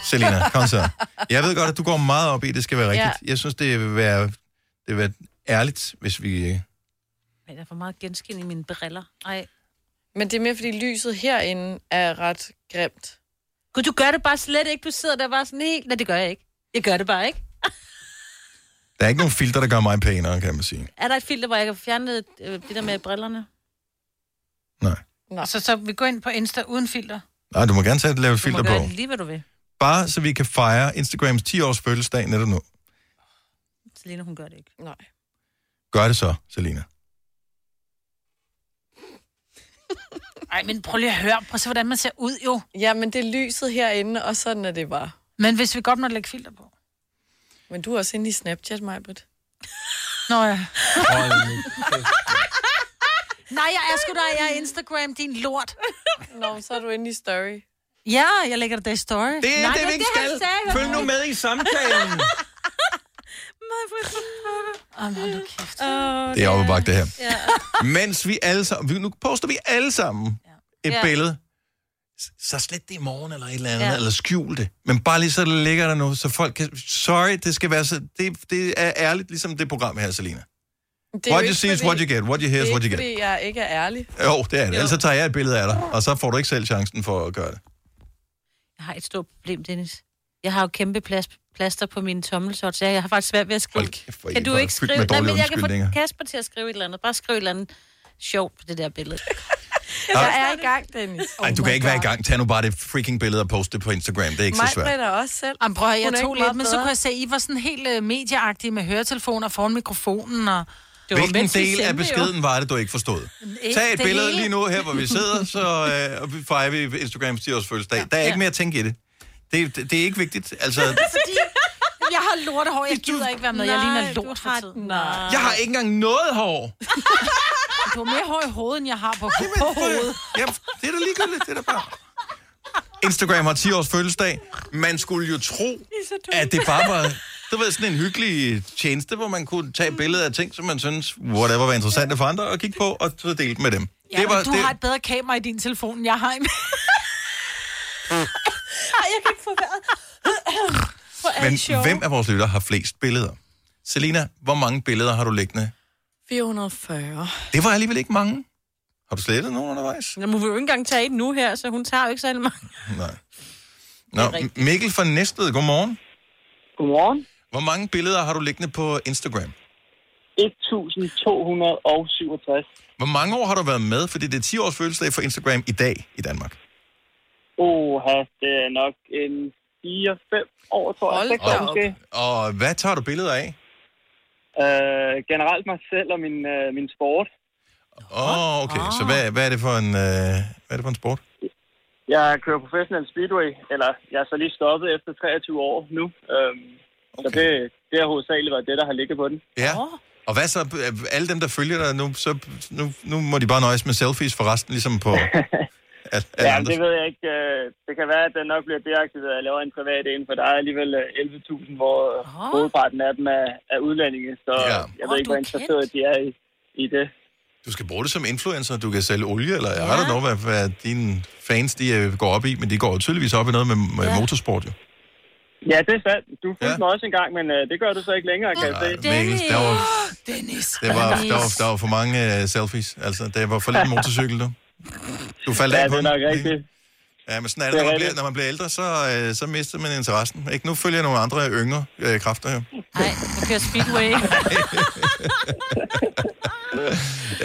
Speaker 1: Selina, kom så. Jeg ved godt, at du går meget op i, at det skal være rigtigt. Ja.
Speaker 3: Ja.
Speaker 1: Jeg synes, det vil være, det vil være ærligt, hvis vi... øh,
Speaker 3: Men der er for meget genskin i mine briller. Ej.
Speaker 4: Men det er mere, fordi lyset herinde er ret grimt.
Speaker 3: Gud, du gør det bare slet ikke. Du sidder der bare sådan helt... Nej, det gør jeg ikke. Jeg gør det bare ikke.
Speaker 1: Der er ikke nogen filter, der gør mig pænere, kan man sige.
Speaker 3: Er der et filter, hvor jeg kan fjerne øh, det der med brillerne?
Speaker 2: Nej. Så, så vi går ind på Insta uden filter.
Speaker 1: Nej, du må gerne tage, lave et filter
Speaker 3: du må
Speaker 1: på.
Speaker 3: gøre lige, hvad du vil.
Speaker 1: Bare så vi kan fejre Instagrams 10-års fødselsdag netop nu.
Speaker 3: Selina, hun gør det ikke.
Speaker 4: Nej.
Speaker 1: Gør det så, Selina.
Speaker 2: Ej, men prøv lige at høre, prøv at se, hvordan man ser ud jo.
Speaker 4: Ja, men det er lyset herinde, og sådan er det bare.
Speaker 2: Men hvis vi godt må lægge filter på.
Speaker 4: Men du er også inde i Snapchat, Majbrit.
Speaker 2: Nå ja. Nej, jeg er sgu da, jeg er Instagram, din lort.
Speaker 4: Nå, så er du inde i story.
Speaker 2: Ja, jeg lægger det der i story. Det
Speaker 4: det, vi ikke skal. Følg nu
Speaker 1: med i samtalen.
Speaker 2: Åh, hold nu kæft.
Speaker 1: Det er overbagt, det her.
Speaker 2: Ja.
Speaker 1: Mens vi alle sammen... vi- Nu poster vi alle sammen et
Speaker 2: Ja.
Speaker 1: billede. S- Så slet det i morgen eller et eller andet,
Speaker 2: Ja.
Speaker 1: ja. eller skjul det. Men bare lige så det ligger der nu, så folk kan... Sorry, det skal være så... Det, det er ærligt, ligesom det program her, Selina.
Speaker 4: Det
Speaker 1: What you see is what you get, what you hear
Speaker 4: det
Speaker 1: is
Speaker 4: er
Speaker 1: what you
Speaker 4: ikke,
Speaker 1: get.
Speaker 4: fordi jeg ikke er ærlig.
Speaker 1: Jo, det er det. Ellers så tager jeg et billede af dig, og så får du ikke selv chancen for at gøre det.
Speaker 3: Jeg har et stort problem, Dennis. Jeg har jo kæmpe plads, plaster på mine tommelsort, så jeg har faktisk svært ved at skrive.
Speaker 1: hvor I
Speaker 3: kan du
Speaker 1: bare
Speaker 3: ikke
Speaker 1: fyldt
Speaker 3: skrive?
Speaker 1: med
Speaker 3: Nej, men
Speaker 1: dårlige
Speaker 3: jeg kan få
Speaker 1: undskyldninger.
Speaker 3: Kasper til at skrive et eller andet. Bare skriv et eller andet sjovt på det der billede. Oh
Speaker 4: Jeg er i gang, Dennis.
Speaker 2: Oh
Speaker 1: Ej, du kan ikke være i gang. Tag nu bare det freaking billede og post det på Instagram. Det er ikke så svært.
Speaker 4: Majbrit er også selv.
Speaker 2: Jamen, prøv at høre,
Speaker 4: Hun er
Speaker 2: jeg tog
Speaker 4: ikke
Speaker 2: lidt,
Speaker 4: meget
Speaker 2: men så
Speaker 4: bedre.
Speaker 2: kunne jeg se, at I var sådan helt øh, medieagtige med høretelefoner foran mikrofonen. Og...
Speaker 1: Det Hvilken del af beskeden var det, du ikke forstod?
Speaker 2: Ikke
Speaker 1: Tag et
Speaker 2: det
Speaker 1: billede
Speaker 2: hele.
Speaker 1: lige nu her, hvor vi sidder, så øh, og vi fejrer vi Instagrams 10-års fødselsdag. Der er ikke mere at tænke i det. Det, det, det er ikke vigtigt. Altså,
Speaker 2: Fordi jeg har lortehår, jeg gider ikke være med. Jeg ligner lort for tiden. Nej.
Speaker 1: jeg har ikke engang noget hår.
Speaker 2: Du har mere hår i hovedet, end jeg har på, på hovedet.
Speaker 1: Jamen, det er da ligegyldigt, det er da bare... Instagram har 10-års fødselsdag. Man skulle jo tro, at det bare var... Det var sådan en hyggelig tjeneste, hvor man kunne
Speaker 2: Mm.
Speaker 1: tage billeder af ting, som man synes, whatever var interessante for andre, og kigge på, og så dele dem med dem.
Speaker 2: Ja, det var, du det... har et bedre kamera i din telefon, end jeg har i min. Ej, jeg kan ikke få vejret. Hvor er
Speaker 1: Men
Speaker 2: I sjove.
Speaker 1: hvem af vores lytter har flest billeder? Selina, hvor mange billeder har du liggende?
Speaker 4: 440.
Speaker 1: Det var alligevel ikke mange. Har du slettet nogen undervejs?
Speaker 3: Nu må vi jo ikke engang tage et nu her, så hun tager jo ikke særlig mange.
Speaker 1: Nej. Nå, M- Mikkel fra Næstved, godmorgen.
Speaker 15: Godmorgen.
Speaker 1: Hvor mange billeder har du liggende på Instagram?
Speaker 15: 1267.
Speaker 1: Hvor mange år har du været med? Fordi det er 10 års fødselsdag for Instagram i dag i Danmark.
Speaker 15: Oha, det er nok en 4-5 år, tror jeg. Seks år måske.
Speaker 1: Og hvad tager du billeder af?
Speaker 15: Øh, generelt mig selv og min, øh, min sport.
Speaker 1: Åh, oh, okay. Så hvad, hvad, er det for en, øh, hvad er det for en sport?
Speaker 15: Jeg kører professionel speedway, eller jeg er så lige stoppet efter 23 år nu. Øhm, okay. Så det, det har hovedsageligt været det, der har ligget på den.
Speaker 1: Ja. Og hvad så? Alle dem, der følger dig nu, så, nu, nu må de bare nøjes med selfies for resten, ligesom på... Al, al
Speaker 15: Ja, det ved jeg ikke. øh, Det kan være, at den nok bliver deaktiveret og laver en privat en, for der er alligevel øh, 11.000, hvor øh, hovedparten af dem er, er udlændinge. Så
Speaker 1: Ja.
Speaker 15: jeg ved
Speaker 1: Åh,
Speaker 15: ikke,
Speaker 1: du
Speaker 15: hvor
Speaker 1: er
Speaker 15: interesseret de er i, i det.
Speaker 1: Du skal bruge det som influencer, du kan sælge olie, eller jeg ja. ved hvad, hvad dine fans de øh, går op i, men de går jo tydeligvis op i noget med, med ja. motorsport, jo.
Speaker 15: Ja, det er sandt. Du fulgte ja. mig også engang, men øh, det gør du så ikke længere, kan jeg se.
Speaker 1: Mikkel, der var,
Speaker 15: Dennis.
Speaker 1: der, var, der, var, der var for mange øh, selfies. Altså, der var for lidt motorcykel, du. Du faldt af på den.
Speaker 15: nok rigtigt.
Speaker 1: Ja, men sådan er
Speaker 15: Det er
Speaker 1: det, når man
Speaker 15: rigtigt.
Speaker 1: bliver, når man bliver ældre, så, øh, så mister man interessen. Ikke? Nu følger jeg nogle andre yngre øh, kræfter, jo.
Speaker 3: Du kører speedway.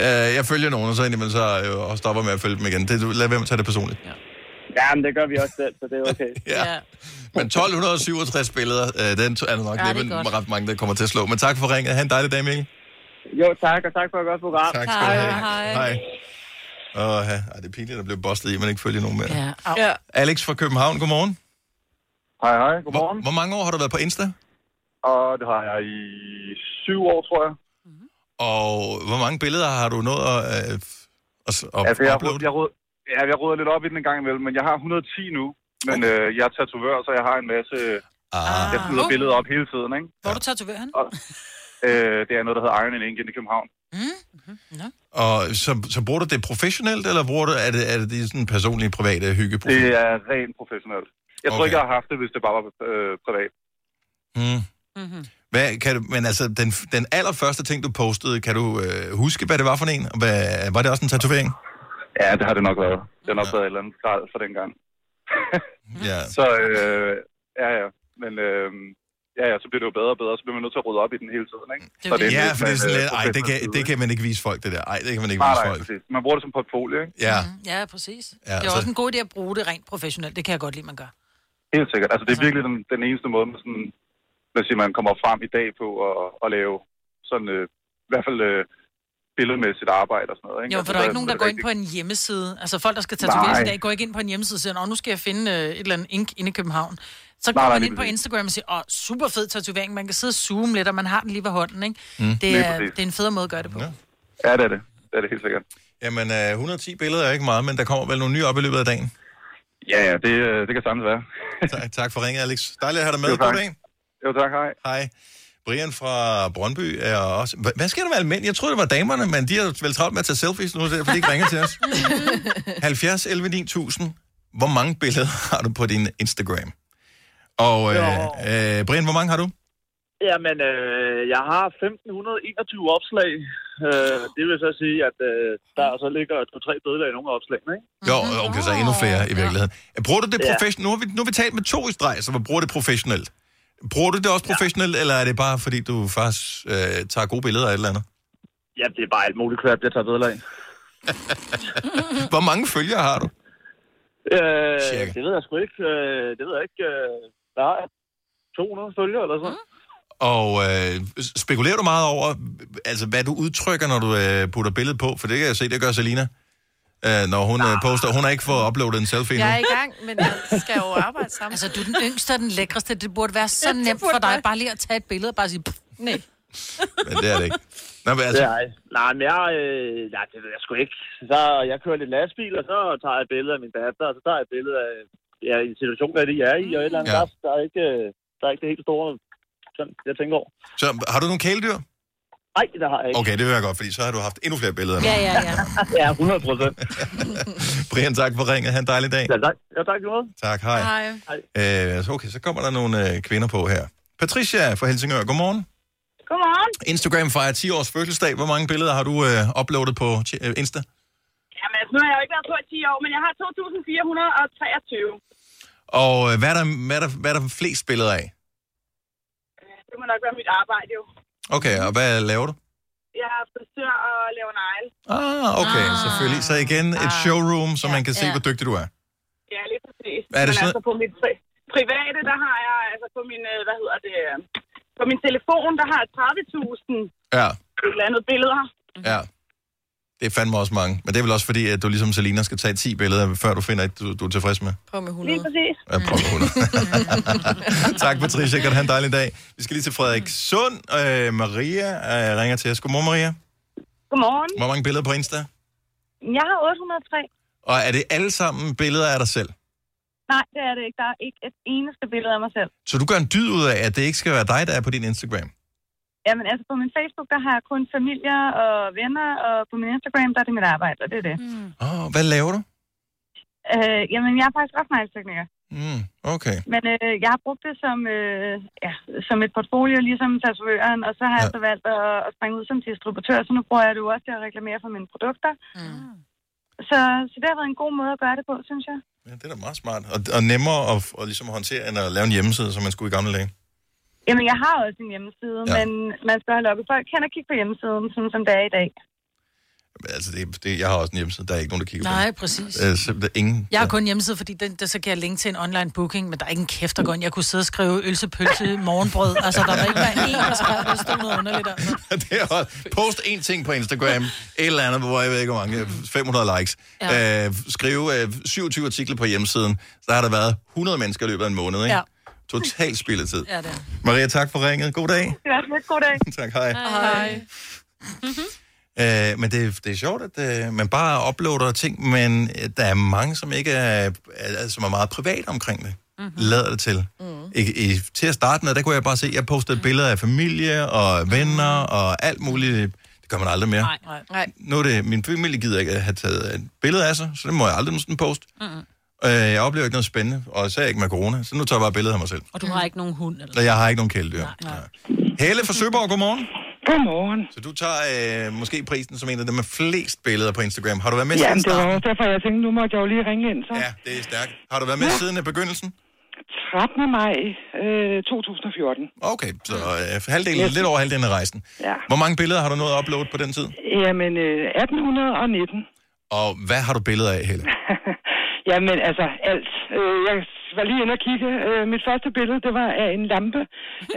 Speaker 1: Øh, jeg følger nogen, og så indimellem så øh, og stopper med at følge dem igen. Det, du- lad være med at tage det personligt. Ja.
Speaker 15: Ja, men det gør vi også selv, så det er okay.
Speaker 1: ja. Men 1267 billeder, øh, den er der nok
Speaker 15: Ja, det er
Speaker 1: ja, næppe
Speaker 15: godt.
Speaker 1: ret mange, der kommer til at slå. Men tak for ringet. Ha' en dejlig dag, Mikkel.
Speaker 15: Jo, tak, og tak for et godt program.
Speaker 1: Tak skal du have. Hej. Åh, ja. Ej, det er pinligt, at blive bostet i, at man ikke følger nogen mere. Ja.
Speaker 15: Ja.
Speaker 1: Alex fra København, godmorgen.
Speaker 16: Hej, hej.
Speaker 1: Godmorgen. Hvor, hvor mange år har du været på Insta?
Speaker 16: Og det har jeg i syv år, tror jeg.
Speaker 1: Og hvor mange billeder har du nået at, øh, at, at
Speaker 16: altså, jeg,
Speaker 1: uploade?
Speaker 16: jeg, jeg, rod, ja, jeg råder lidt op i den en gang imellem, men jeg har 110 nu. Men okay. øh, jeg er tatovør, så jeg har en masse... Ah. Jeg smider
Speaker 2: Ah.
Speaker 16: billeder op hele tiden, ikke?
Speaker 2: Hvor du tatoverer han?
Speaker 16: Øh, det er noget, der hedder Iron in Engine i København.
Speaker 1: Og så, så bruger du det professionelt, eller bruger du, er det, er det de sådan personlige, private hyggeprofil?
Speaker 16: Det er rent professionelt. Jeg tror
Speaker 1: Okay.
Speaker 16: ikke, jeg har haft det, hvis det bare var øh, privat.
Speaker 1: Mm. Hvad, kan du, men altså, den, den allerførste ting, du postede, kan du øh, huske, hvad det var for en? Og Hvad, var det også en tatovering?
Speaker 16: Ja, det har det nok været. Det har nok været et eller andet grad for dengang.
Speaker 1: ja.
Speaker 16: Så, øh, ja, ja. Men, øh, ja, ja, så bliver det jo bedre og bedre, så bliver man nødt til at rydde op i den hele tiden, ikke?
Speaker 1: Det er ja, for det er sådan lidt,
Speaker 16: øh,
Speaker 1: ej, det
Speaker 16: professionel
Speaker 1: kan, det kan man ikke vise folk, det der. Ej, det kan man ikke
Speaker 16: Nej,
Speaker 1: vise
Speaker 16: nej,
Speaker 1: folk.
Speaker 16: præcis. Man bruger det som portfolio, ikke?
Speaker 1: Ja,
Speaker 2: Ja, præcis.
Speaker 16: Ja,
Speaker 2: Ja, Mm-hmm. det er
Speaker 16: så-
Speaker 2: også en god idé at bruge det rent professionelt. Det kan jeg godt lide, man gør.
Speaker 16: Helt sikkert. Altså, det er virkelig den, den eneste måde, man, sådan, lad os sige, man kommer frem i dag på at, at lave sådan, øh, i hvert fald øh, billedmæssigt arbejde og sådan noget. Ikke? Altså,
Speaker 2: Jo, for der er ikke nogen, der går ind
Speaker 16: rigtig-
Speaker 2: på en hjemmeside. Altså folk, der skal tatoveres
Speaker 16: Nej.
Speaker 2: i dag, går ikke ind på en hjemmeside og siger, "Nå, nu skal jeg finde øh, et eller andet ink inde i København. Så
Speaker 16: Nej,
Speaker 2: går
Speaker 16: nej,
Speaker 2: man
Speaker 16: lige
Speaker 2: ind på
Speaker 16: præcis.
Speaker 2: Instagram og siger, åh, super fed tatovering, man kan sidde og zoome lidt, og man har den lige ved hånden, ikke?
Speaker 16: Mm.
Speaker 2: Mm.
Speaker 16: Lige
Speaker 2: Det, er,
Speaker 16: præcis.
Speaker 2: det er en federe måde at gøre det på. Ja.
Speaker 16: Ja, det er det. Det er det helt sikkert.
Speaker 1: Jamen, øh, 110 billeder er ikke meget, men der kommer vel nogle nye op i løbet af dagen.
Speaker 16: Ja, ja, det, øh, det kan samme være.
Speaker 1: tak, tak for ringet, Alex. Dejligt at have dig med.
Speaker 16: Jo, tak.
Speaker 1: God dag.
Speaker 16: Jo, tak. Hej.
Speaker 1: Hej. Brian fra Brøndby er også... Hva- Hvad sker der med alle mænd? Jeg troede, det var damerne, men de er vel travlt med at tage selfies nu, derfor de ikke ringer til os. 70 11 9000. Hvor mange billeder har du på din Instagram? Og øh, øh, Brian, hvor mange har du?
Speaker 15: Jamen, øh, jeg har 1521 opslag. Øh, det vil så sige, at øh, der så ligger to tre billeder i nogle af opslagene, ikke?
Speaker 1: Jo, okay, så endnu flere i virkeligheden. Bruger du det
Speaker 15: Ja.
Speaker 1: professionelt? Nu, har vi, nu har vi talt med to i streg, så hvor bruger det professionelt? Bruger du det også professionelt, eller er det bare, fordi du faktisk øh, tager gode billeder af et eller andet?
Speaker 15: Ja, det er bare alt muligt kvart, jeg tager billeder af.
Speaker 1: Hvor mange følgere har du?
Speaker 15: Øh,
Speaker 1: Cirka.
Speaker 15: det ved jeg sgu ikke. Øh, det ved jeg ikke. Øh, der er 200 følgere eller sådan.
Speaker 1: Og øh, spekulerer du meget over, altså hvad du udtrykker, når du øh, putter billedet på? For det kan jeg se, det gør Selina, øh, når hun øh, poster. Hun har ikke fået uploadet en selfie
Speaker 4: Jeg er
Speaker 1: endnu.
Speaker 4: i gang, men jeg skal jo arbejde sammen.
Speaker 2: Altså, du er den yngste og den lækreste. Det burde være så nemt for dig bare lige at tage et billede og bare sige, "Pff, nej.
Speaker 1: Men det er det ikke. Nå, men
Speaker 15: Altså...
Speaker 1: altså,
Speaker 15: Nej, nej, men jeg, øh, nej, det ved jeg sgu ikke. Så jeg kører lidt lastbil, og så tager jeg et billede af min datter, og så tager jeg et billede af ja, en situation, der er det, jeg er i, og et eller andet.
Speaker 1: Ja.
Speaker 15: Ja. Der, der, er ikke, øh, der er ikke det helt store, sådan, jeg tænker over.
Speaker 1: så har du nogle kæledyr?
Speaker 15: Nej, det har jeg ikke.
Speaker 1: Okay, det vil jeg godt, fordi så har du haft endnu flere billeder.
Speaker 15: Ja, ja, ja. ja, 100 procent.
Speaker 1: Brian, tak for ringet. Ha' en dejlig dag.
Speaker 15: Ja, tak. Ja, tak, du
Speaker 1: Tak, hej. Øh, så okay, så kommer der nogle øh, kvinder på her. Patricia fra Helsingør, godmorgen.
Speaker 22: Godmorgen.
Speaker 1: Instagram fejrer 10 års fødselsdag. Hvor mange billeder har du øh, uploadet på ti- øh, Insta?
Speaker 22: Jamen, altså, nu har jeg jo ikke været på i 10 år, men jeg har 2423.
Speaker 1: Og øh, hvad, er der, hvad, er der, hvad er der flest billeder af?
Speaker 22: Det må nok være mit arbejde jo.
Speaker 1: Okay, og hvad laver du?
Speaker 22: Jeg er frisør og laver negle.
Speaker 1: Ah, okay, ah. selvfølgelig. Så igen et showroom, så man kan se,
Speaker 22: ja.
Speaker 1: hvor dygtig du er.
Speaker 22: Ja, lige præcis.
Speaker 1: Er det
Speaker 22: men
Speaker 1: sådan-
Speaker 22: altså på mit pri- private, der har jeg, altså på min, øh, hvad hedder det, øh, på min telefon, der har jeg 30.000
Speaker 1: Ja,
Speaker 22: et eller andet billeder.
Speaker 1: ja.
Speaker 2: Mm-hmm.
Speaker 1: Det er fandme også mange. Men det er vel også fordi, at du ligesom Selina skal tage 10 billeder, før du finder et, du, du er tilfreds med.
Speaker 4: Prøv med 100.
Speaker 22: Lige præcis.
Speaker 2: Mm.
Speaker 1: Ja, prøv med 100. tak, Patricia. Kan du have en dejlig dag. Vi skal lige til
Speaker 2: Mm.
Speaker 1: Frederik Sund. Øh, Maria øh, ringer til os. Godmorgen, Maria.
Speaker 22: Godmorgen.
Speaker 1: Hvor mange billeder på Insta?
Speaker 22: Jeg har 803.
Speaker 1: Og er det alle sammen billeder af dig selv?
Speaker 22: Nej, det er det ikke. Der er ikke et eneste billede af mig selv.
Speaker 1: Så du gør en dyd ud af, at det ikke skal være dig, der er på din Instagram?
Speaker 22: Jamen, altså på min Facebook, der har jeg kun familier og venner, og på min Instagram, der er det mit arbejde, og det er det. Mm.
Speaker 1: Åh, hvad laver du?
Speaker 22: Øh, jamen, jeg er faktisk også nejltekniker.
Speaker 1: Mm, okay.
Speaker 22: Men øh, jeg har brugt det som, øh, ja, som et portfolio, ligesom tatovøren, og så har ja. jeg så valgt at, at springe ud som distributør, så nu bruger jeg det jo også til at reklamere for mine produkter. Mm. Så, så det har været en god måde at gøre det på, synes jeg.
Speaker 1: Ja, det er da meget smart. Og, og nemmere at, at ligesom håndtere, end at lave en hjemmeside, som man skulle i gamle dage.
Speaker 22: Jamen, jeg har også en hjemmeside, ja. men man skal have lukket folk hen og kigge på hjemmesiden, sådan som det er i dag.
Speaker 1: Men altså, det, det, jeg har også en hjemmeside, der er ikke nogen, der kigger
Speaker 2: Nej,
Speaker 1: på den.
Speaker 2: præcis.
Speaker 1: Øh, simpelthen ingen.
Speaker 2: Jeg har kun en hjemmeside, fordi den, der, så kan jeg linke til en online booking, men der er ikke en kæft, der går ind. Jeg kunne sidde og skrive ølsepølse, morgenbrød. Altså, der var ikke bare en, der skrev, der stod noget underligt. Altså.
Speaker 1: det er, også- post én ting på Instagram, et eller andet, hvor jeg ved ikke, hvor mange, 500 likes.
Speaker 2: Ja.
Speaker 1: Ja. Øh, skrive øh, 27 artikler på hjemmesiden, så har der været 100 mennesker i løbet af en måned, ikke?
Speaker 22: Ja.
Speaker 1: Ja. Total spildetid.
Speaker 22: Ja, det er.
Speaker 1: Maria, tak for ringet. God dag.
Speaker 22: Det var lidt god dag.
Speaker 1: tak, hej.
Speaker 22: Hej.
Speaker 1: Øh, men det, det er sjovt, at øh, man bare uploader ting, men øh, der er mange, som ikke er, er, som er meget private omkring det. Mm-hmm. Lader det til. Mm. I, i, til at starte med, der kunne jeg bare se, jeg postede billeder af familie og venner og alt muligt. Det gør man aldrig mere. Nej.
Speaker 4: Nej. Nej.
Speaker 1: Nu er det, min familie gider ikke at have taget et billede af sig, så det må jeg aldrig nogensinde poste.
Speaker 3: Mm.
Speaker 1: Øh, jeg oplever ikke noget spændende, og især ikke med corona, så nu tager jeg bare billeder af mig selv.
Speaker 3: Og du har ikke nogen hund, eller
Speaker 1: Så jeg har ikke nogen kæledyr. Helle fra Søborg, godmorgen.
Speaker 13: Godmorgen.
Speaker 1: Så du tager øh, måske prisen som en af dem med flest billeder på Instagram. Har du været med
Speaker 13: Jamen,
Speaker 1: siden
Speaker 13: det var
Speaker 1: starten?
Speaker 13: også derfor, jeg tænkte, nu måtte jeg jo lige ringe ind, så.
Speaker 1: Ja, det er stærkt. Har du været med
Speaker 13: Ja.
Speaker 1: siden øh, begyndelsen?
Speaker 13: 13. maj øh, 2014.
Speaker 1: Okay, så øh, halvdelen,
Speaker 13: Ja.
Speaker 1: lidt over halvdelen af rejsen.
Speaker 13: Ja.
Speaker 1: Hvor mange billeder har du nået at uploade på den tid?
Speaker 13: Jamen, øh, 1819.
Speaker 1: Og hvad har du billeder af, Helle?
Speaker 13: Jamen, altså, alt. Øh, jeg var lige inde og kigge. Øh, mit første billede, det var af en lampe.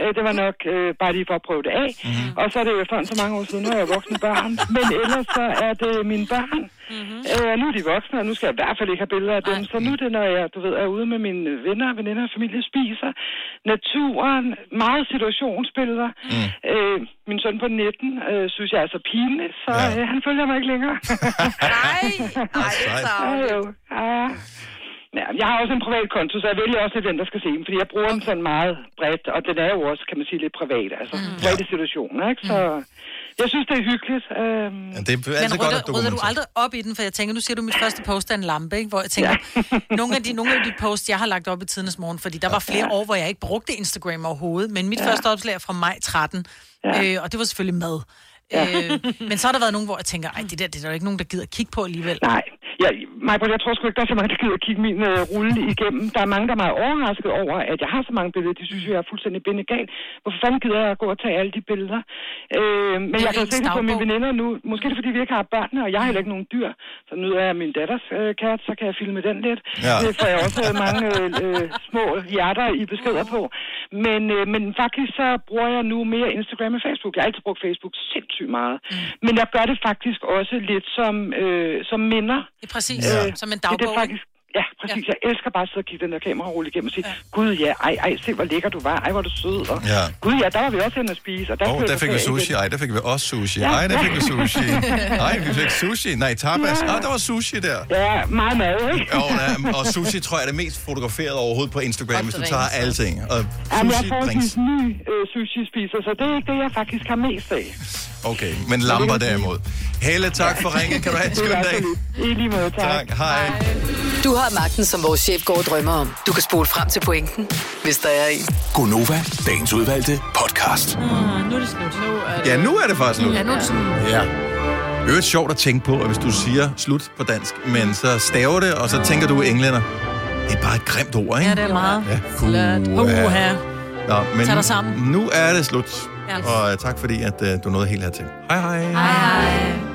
Speaker 13: Øh, det var nok øh, bare lige for at prøve det af. Mm-hmm. Og så er det jo efterhånden så mange år siden, når jeg er voksne børn. Men ellers så er det mine børn. Mm-hmm. Øh, nu er de voksne, og nu skal jeg i hvert fald ikke have billeder af dem. Så nu er det, når jeg, du ved, er ude med mine venner, veninder og familie, spiser. Naturen, meget situationsbilleder. Mm. Øh, min søn på 19 øh, synes jeg er så pinlig, så ja. øh, han følger mig ikke længere. øh, Nej,
Speaker 4: tarveligt.
Speaker 13: jo. Ja. Ah. Ja, jeg har også en privat konto, så jeg vælger også lidt, hvem der skal se den, fordi jeg bruger den sådan meget bredt, og den er jo også, kan man sige, lidt privat, altså mm. private situationer, ikke? Så
Speaker 17: Mm.
Speaker 13: jeg synes, det er hyggeligt. Øhm,
Speaker 1: Ja, det er
Speaker 2: Men
Speaker 1: altid godt,
Speaker 2: rydder,
Speaker 1: at
Speaker 2: rydder du
Speaker 1: dokumentere.
Speaker 2: aldrig op i den? For jeg tænker, nu siger du, at mit første post er en lampe, ikke? hvor jeg tænker, nogle, af de, nogle af de posts, jeg har lagt op i tidens morgen, fordi der var flere år, hvor jeg ikke brugte Instagram overhovedet, men mit ja. første opslag er fra maj 13, øh, og det var selvfølgelig mad.
Speaker 13: Ja.
Speaker 2: Øh, men så har der været nogen, hvor jeg tænker, ej, det der, det er der jo ikke nogen, der gider kigge på alligevel.
Speaker 13: Nej, ja, mig, jeg tror sgu ikke, der er så mange, der gider at kigge min øh, rulle igennem. Der er mange, der er meget overrasket over, at jeg har så mange billeder. De synes jo, jeg er fuldstændig bindegal. Hvorfor fanden gider jeg at gå og tage alle de billeder? Øh, men
Speaker 17: Det er
Speaker 13: jeg kan
Speaker 17: ens
Speaker 13: se det på mine
Speaker 17: dagbog.
Speaker 13: veninder nu. Måske er det, fordi vi ikke har børnene, og jeg har heller ikke nogen dyr. Så nu er jeg min datters øh, kat, så kan jeg filme den lidt.
Speaker 17: Ja.
Speaker 13: Ja. Det får jeg også øh, mange øh, øh, små hjerter i beskeder på. Men, øh, men faktisk så bruger jeg nu mere Instagram og Facebook. Jeg har altid brugt Facebook sindssygt meget.
Speaker 2: Mm.
Speaker 13: Men jeg gør det faktisk også lidt som, øh, som minder. Øh,
Speaker 2: Ja, præcis. Ja. Som en dagbog,
Speaker 13: Det er faktisk, ja, præcis. Ja. Jeg elsker bare at sidde og kigge den der kamera rulle igennem og sige, ja. gud ja, ej, ej, se hvor lækker du var, ej, hvor er du sød. Og,
Speaker 1: Ja.
Speaker 13: Gud ja, der var vi også henne at spise. Og der,
Speaker 1: Åh, oh,
Speaker 13: kørte
Speaker 1: der
Speaker 13: jeg
Speaker 1: fik vi
Speaker 13: ferie igen."
Speaker 1: sushi. Ej, der fik vi også sushi.
Speaker 13: Ja.
Speaker 1: Ej, der fik vi sushi. Ej, vi fik sushi. Nej, tapas.
Speaker 13: Ja.
Speaker 1: Ah, der var sushi der.
Speaker 13: Ja, meget mad, ikke?
Speaker 1: Jo, ja, og sushi tror jeg er det mest fotograferede overhovedet på Instagram, hvis du tager alting. Og
Speaker 13: Jamen, jeg
Speaker 1: sushi,
Speaker 13: er forholdsvis
Speaker 1: drinks.
Speaker 13: ny øh, sushi-spiser, så det er ikke det, jeg faktisk har mest af.
Speaker 1: Okay, men
Speaker 13: altså
Speaker 1: lamper derimod. Helle, tak for ringet. Kan du have en skøn dag?
Speaker 13: I lige måde, tak.
Speaker 1: Tak, hej.
Speaker 13: hej.
Speaker 4: Du har magten, som vores chef går og drømmer om. Du kan spole frem til pointen, hvis der er en.
Speaker 6: Gonova, dagens udvalgte podcast.
Speaker 2: Mm-hmm. Ah, Nu er det slut. Nu er
Speaker 1: Ja, nu er det faktisk slut.
Speaker 2: Ja, nu er det slut.
Speaker 1: Ja. Det er jo sjovt at tænke på, at hvis du siger slut på dansk, men så staver det, og så tænker du englænder. Det er bare et grimt ord, ikke?
Speaker 2: Ja, det er meget.
Speaker 1: Ja,
Speaker 2: Uha.
Speaker 1: uha. Nå, men
Speaker 2: Tag dig sammen.
Speaker 1: nu er det slut.
Speaker 2: Ja.
Speaker 1: Og øh, tak fordi, at øh, du nåede helt hertil. Hej hej.
Speaker 2: Hej hej.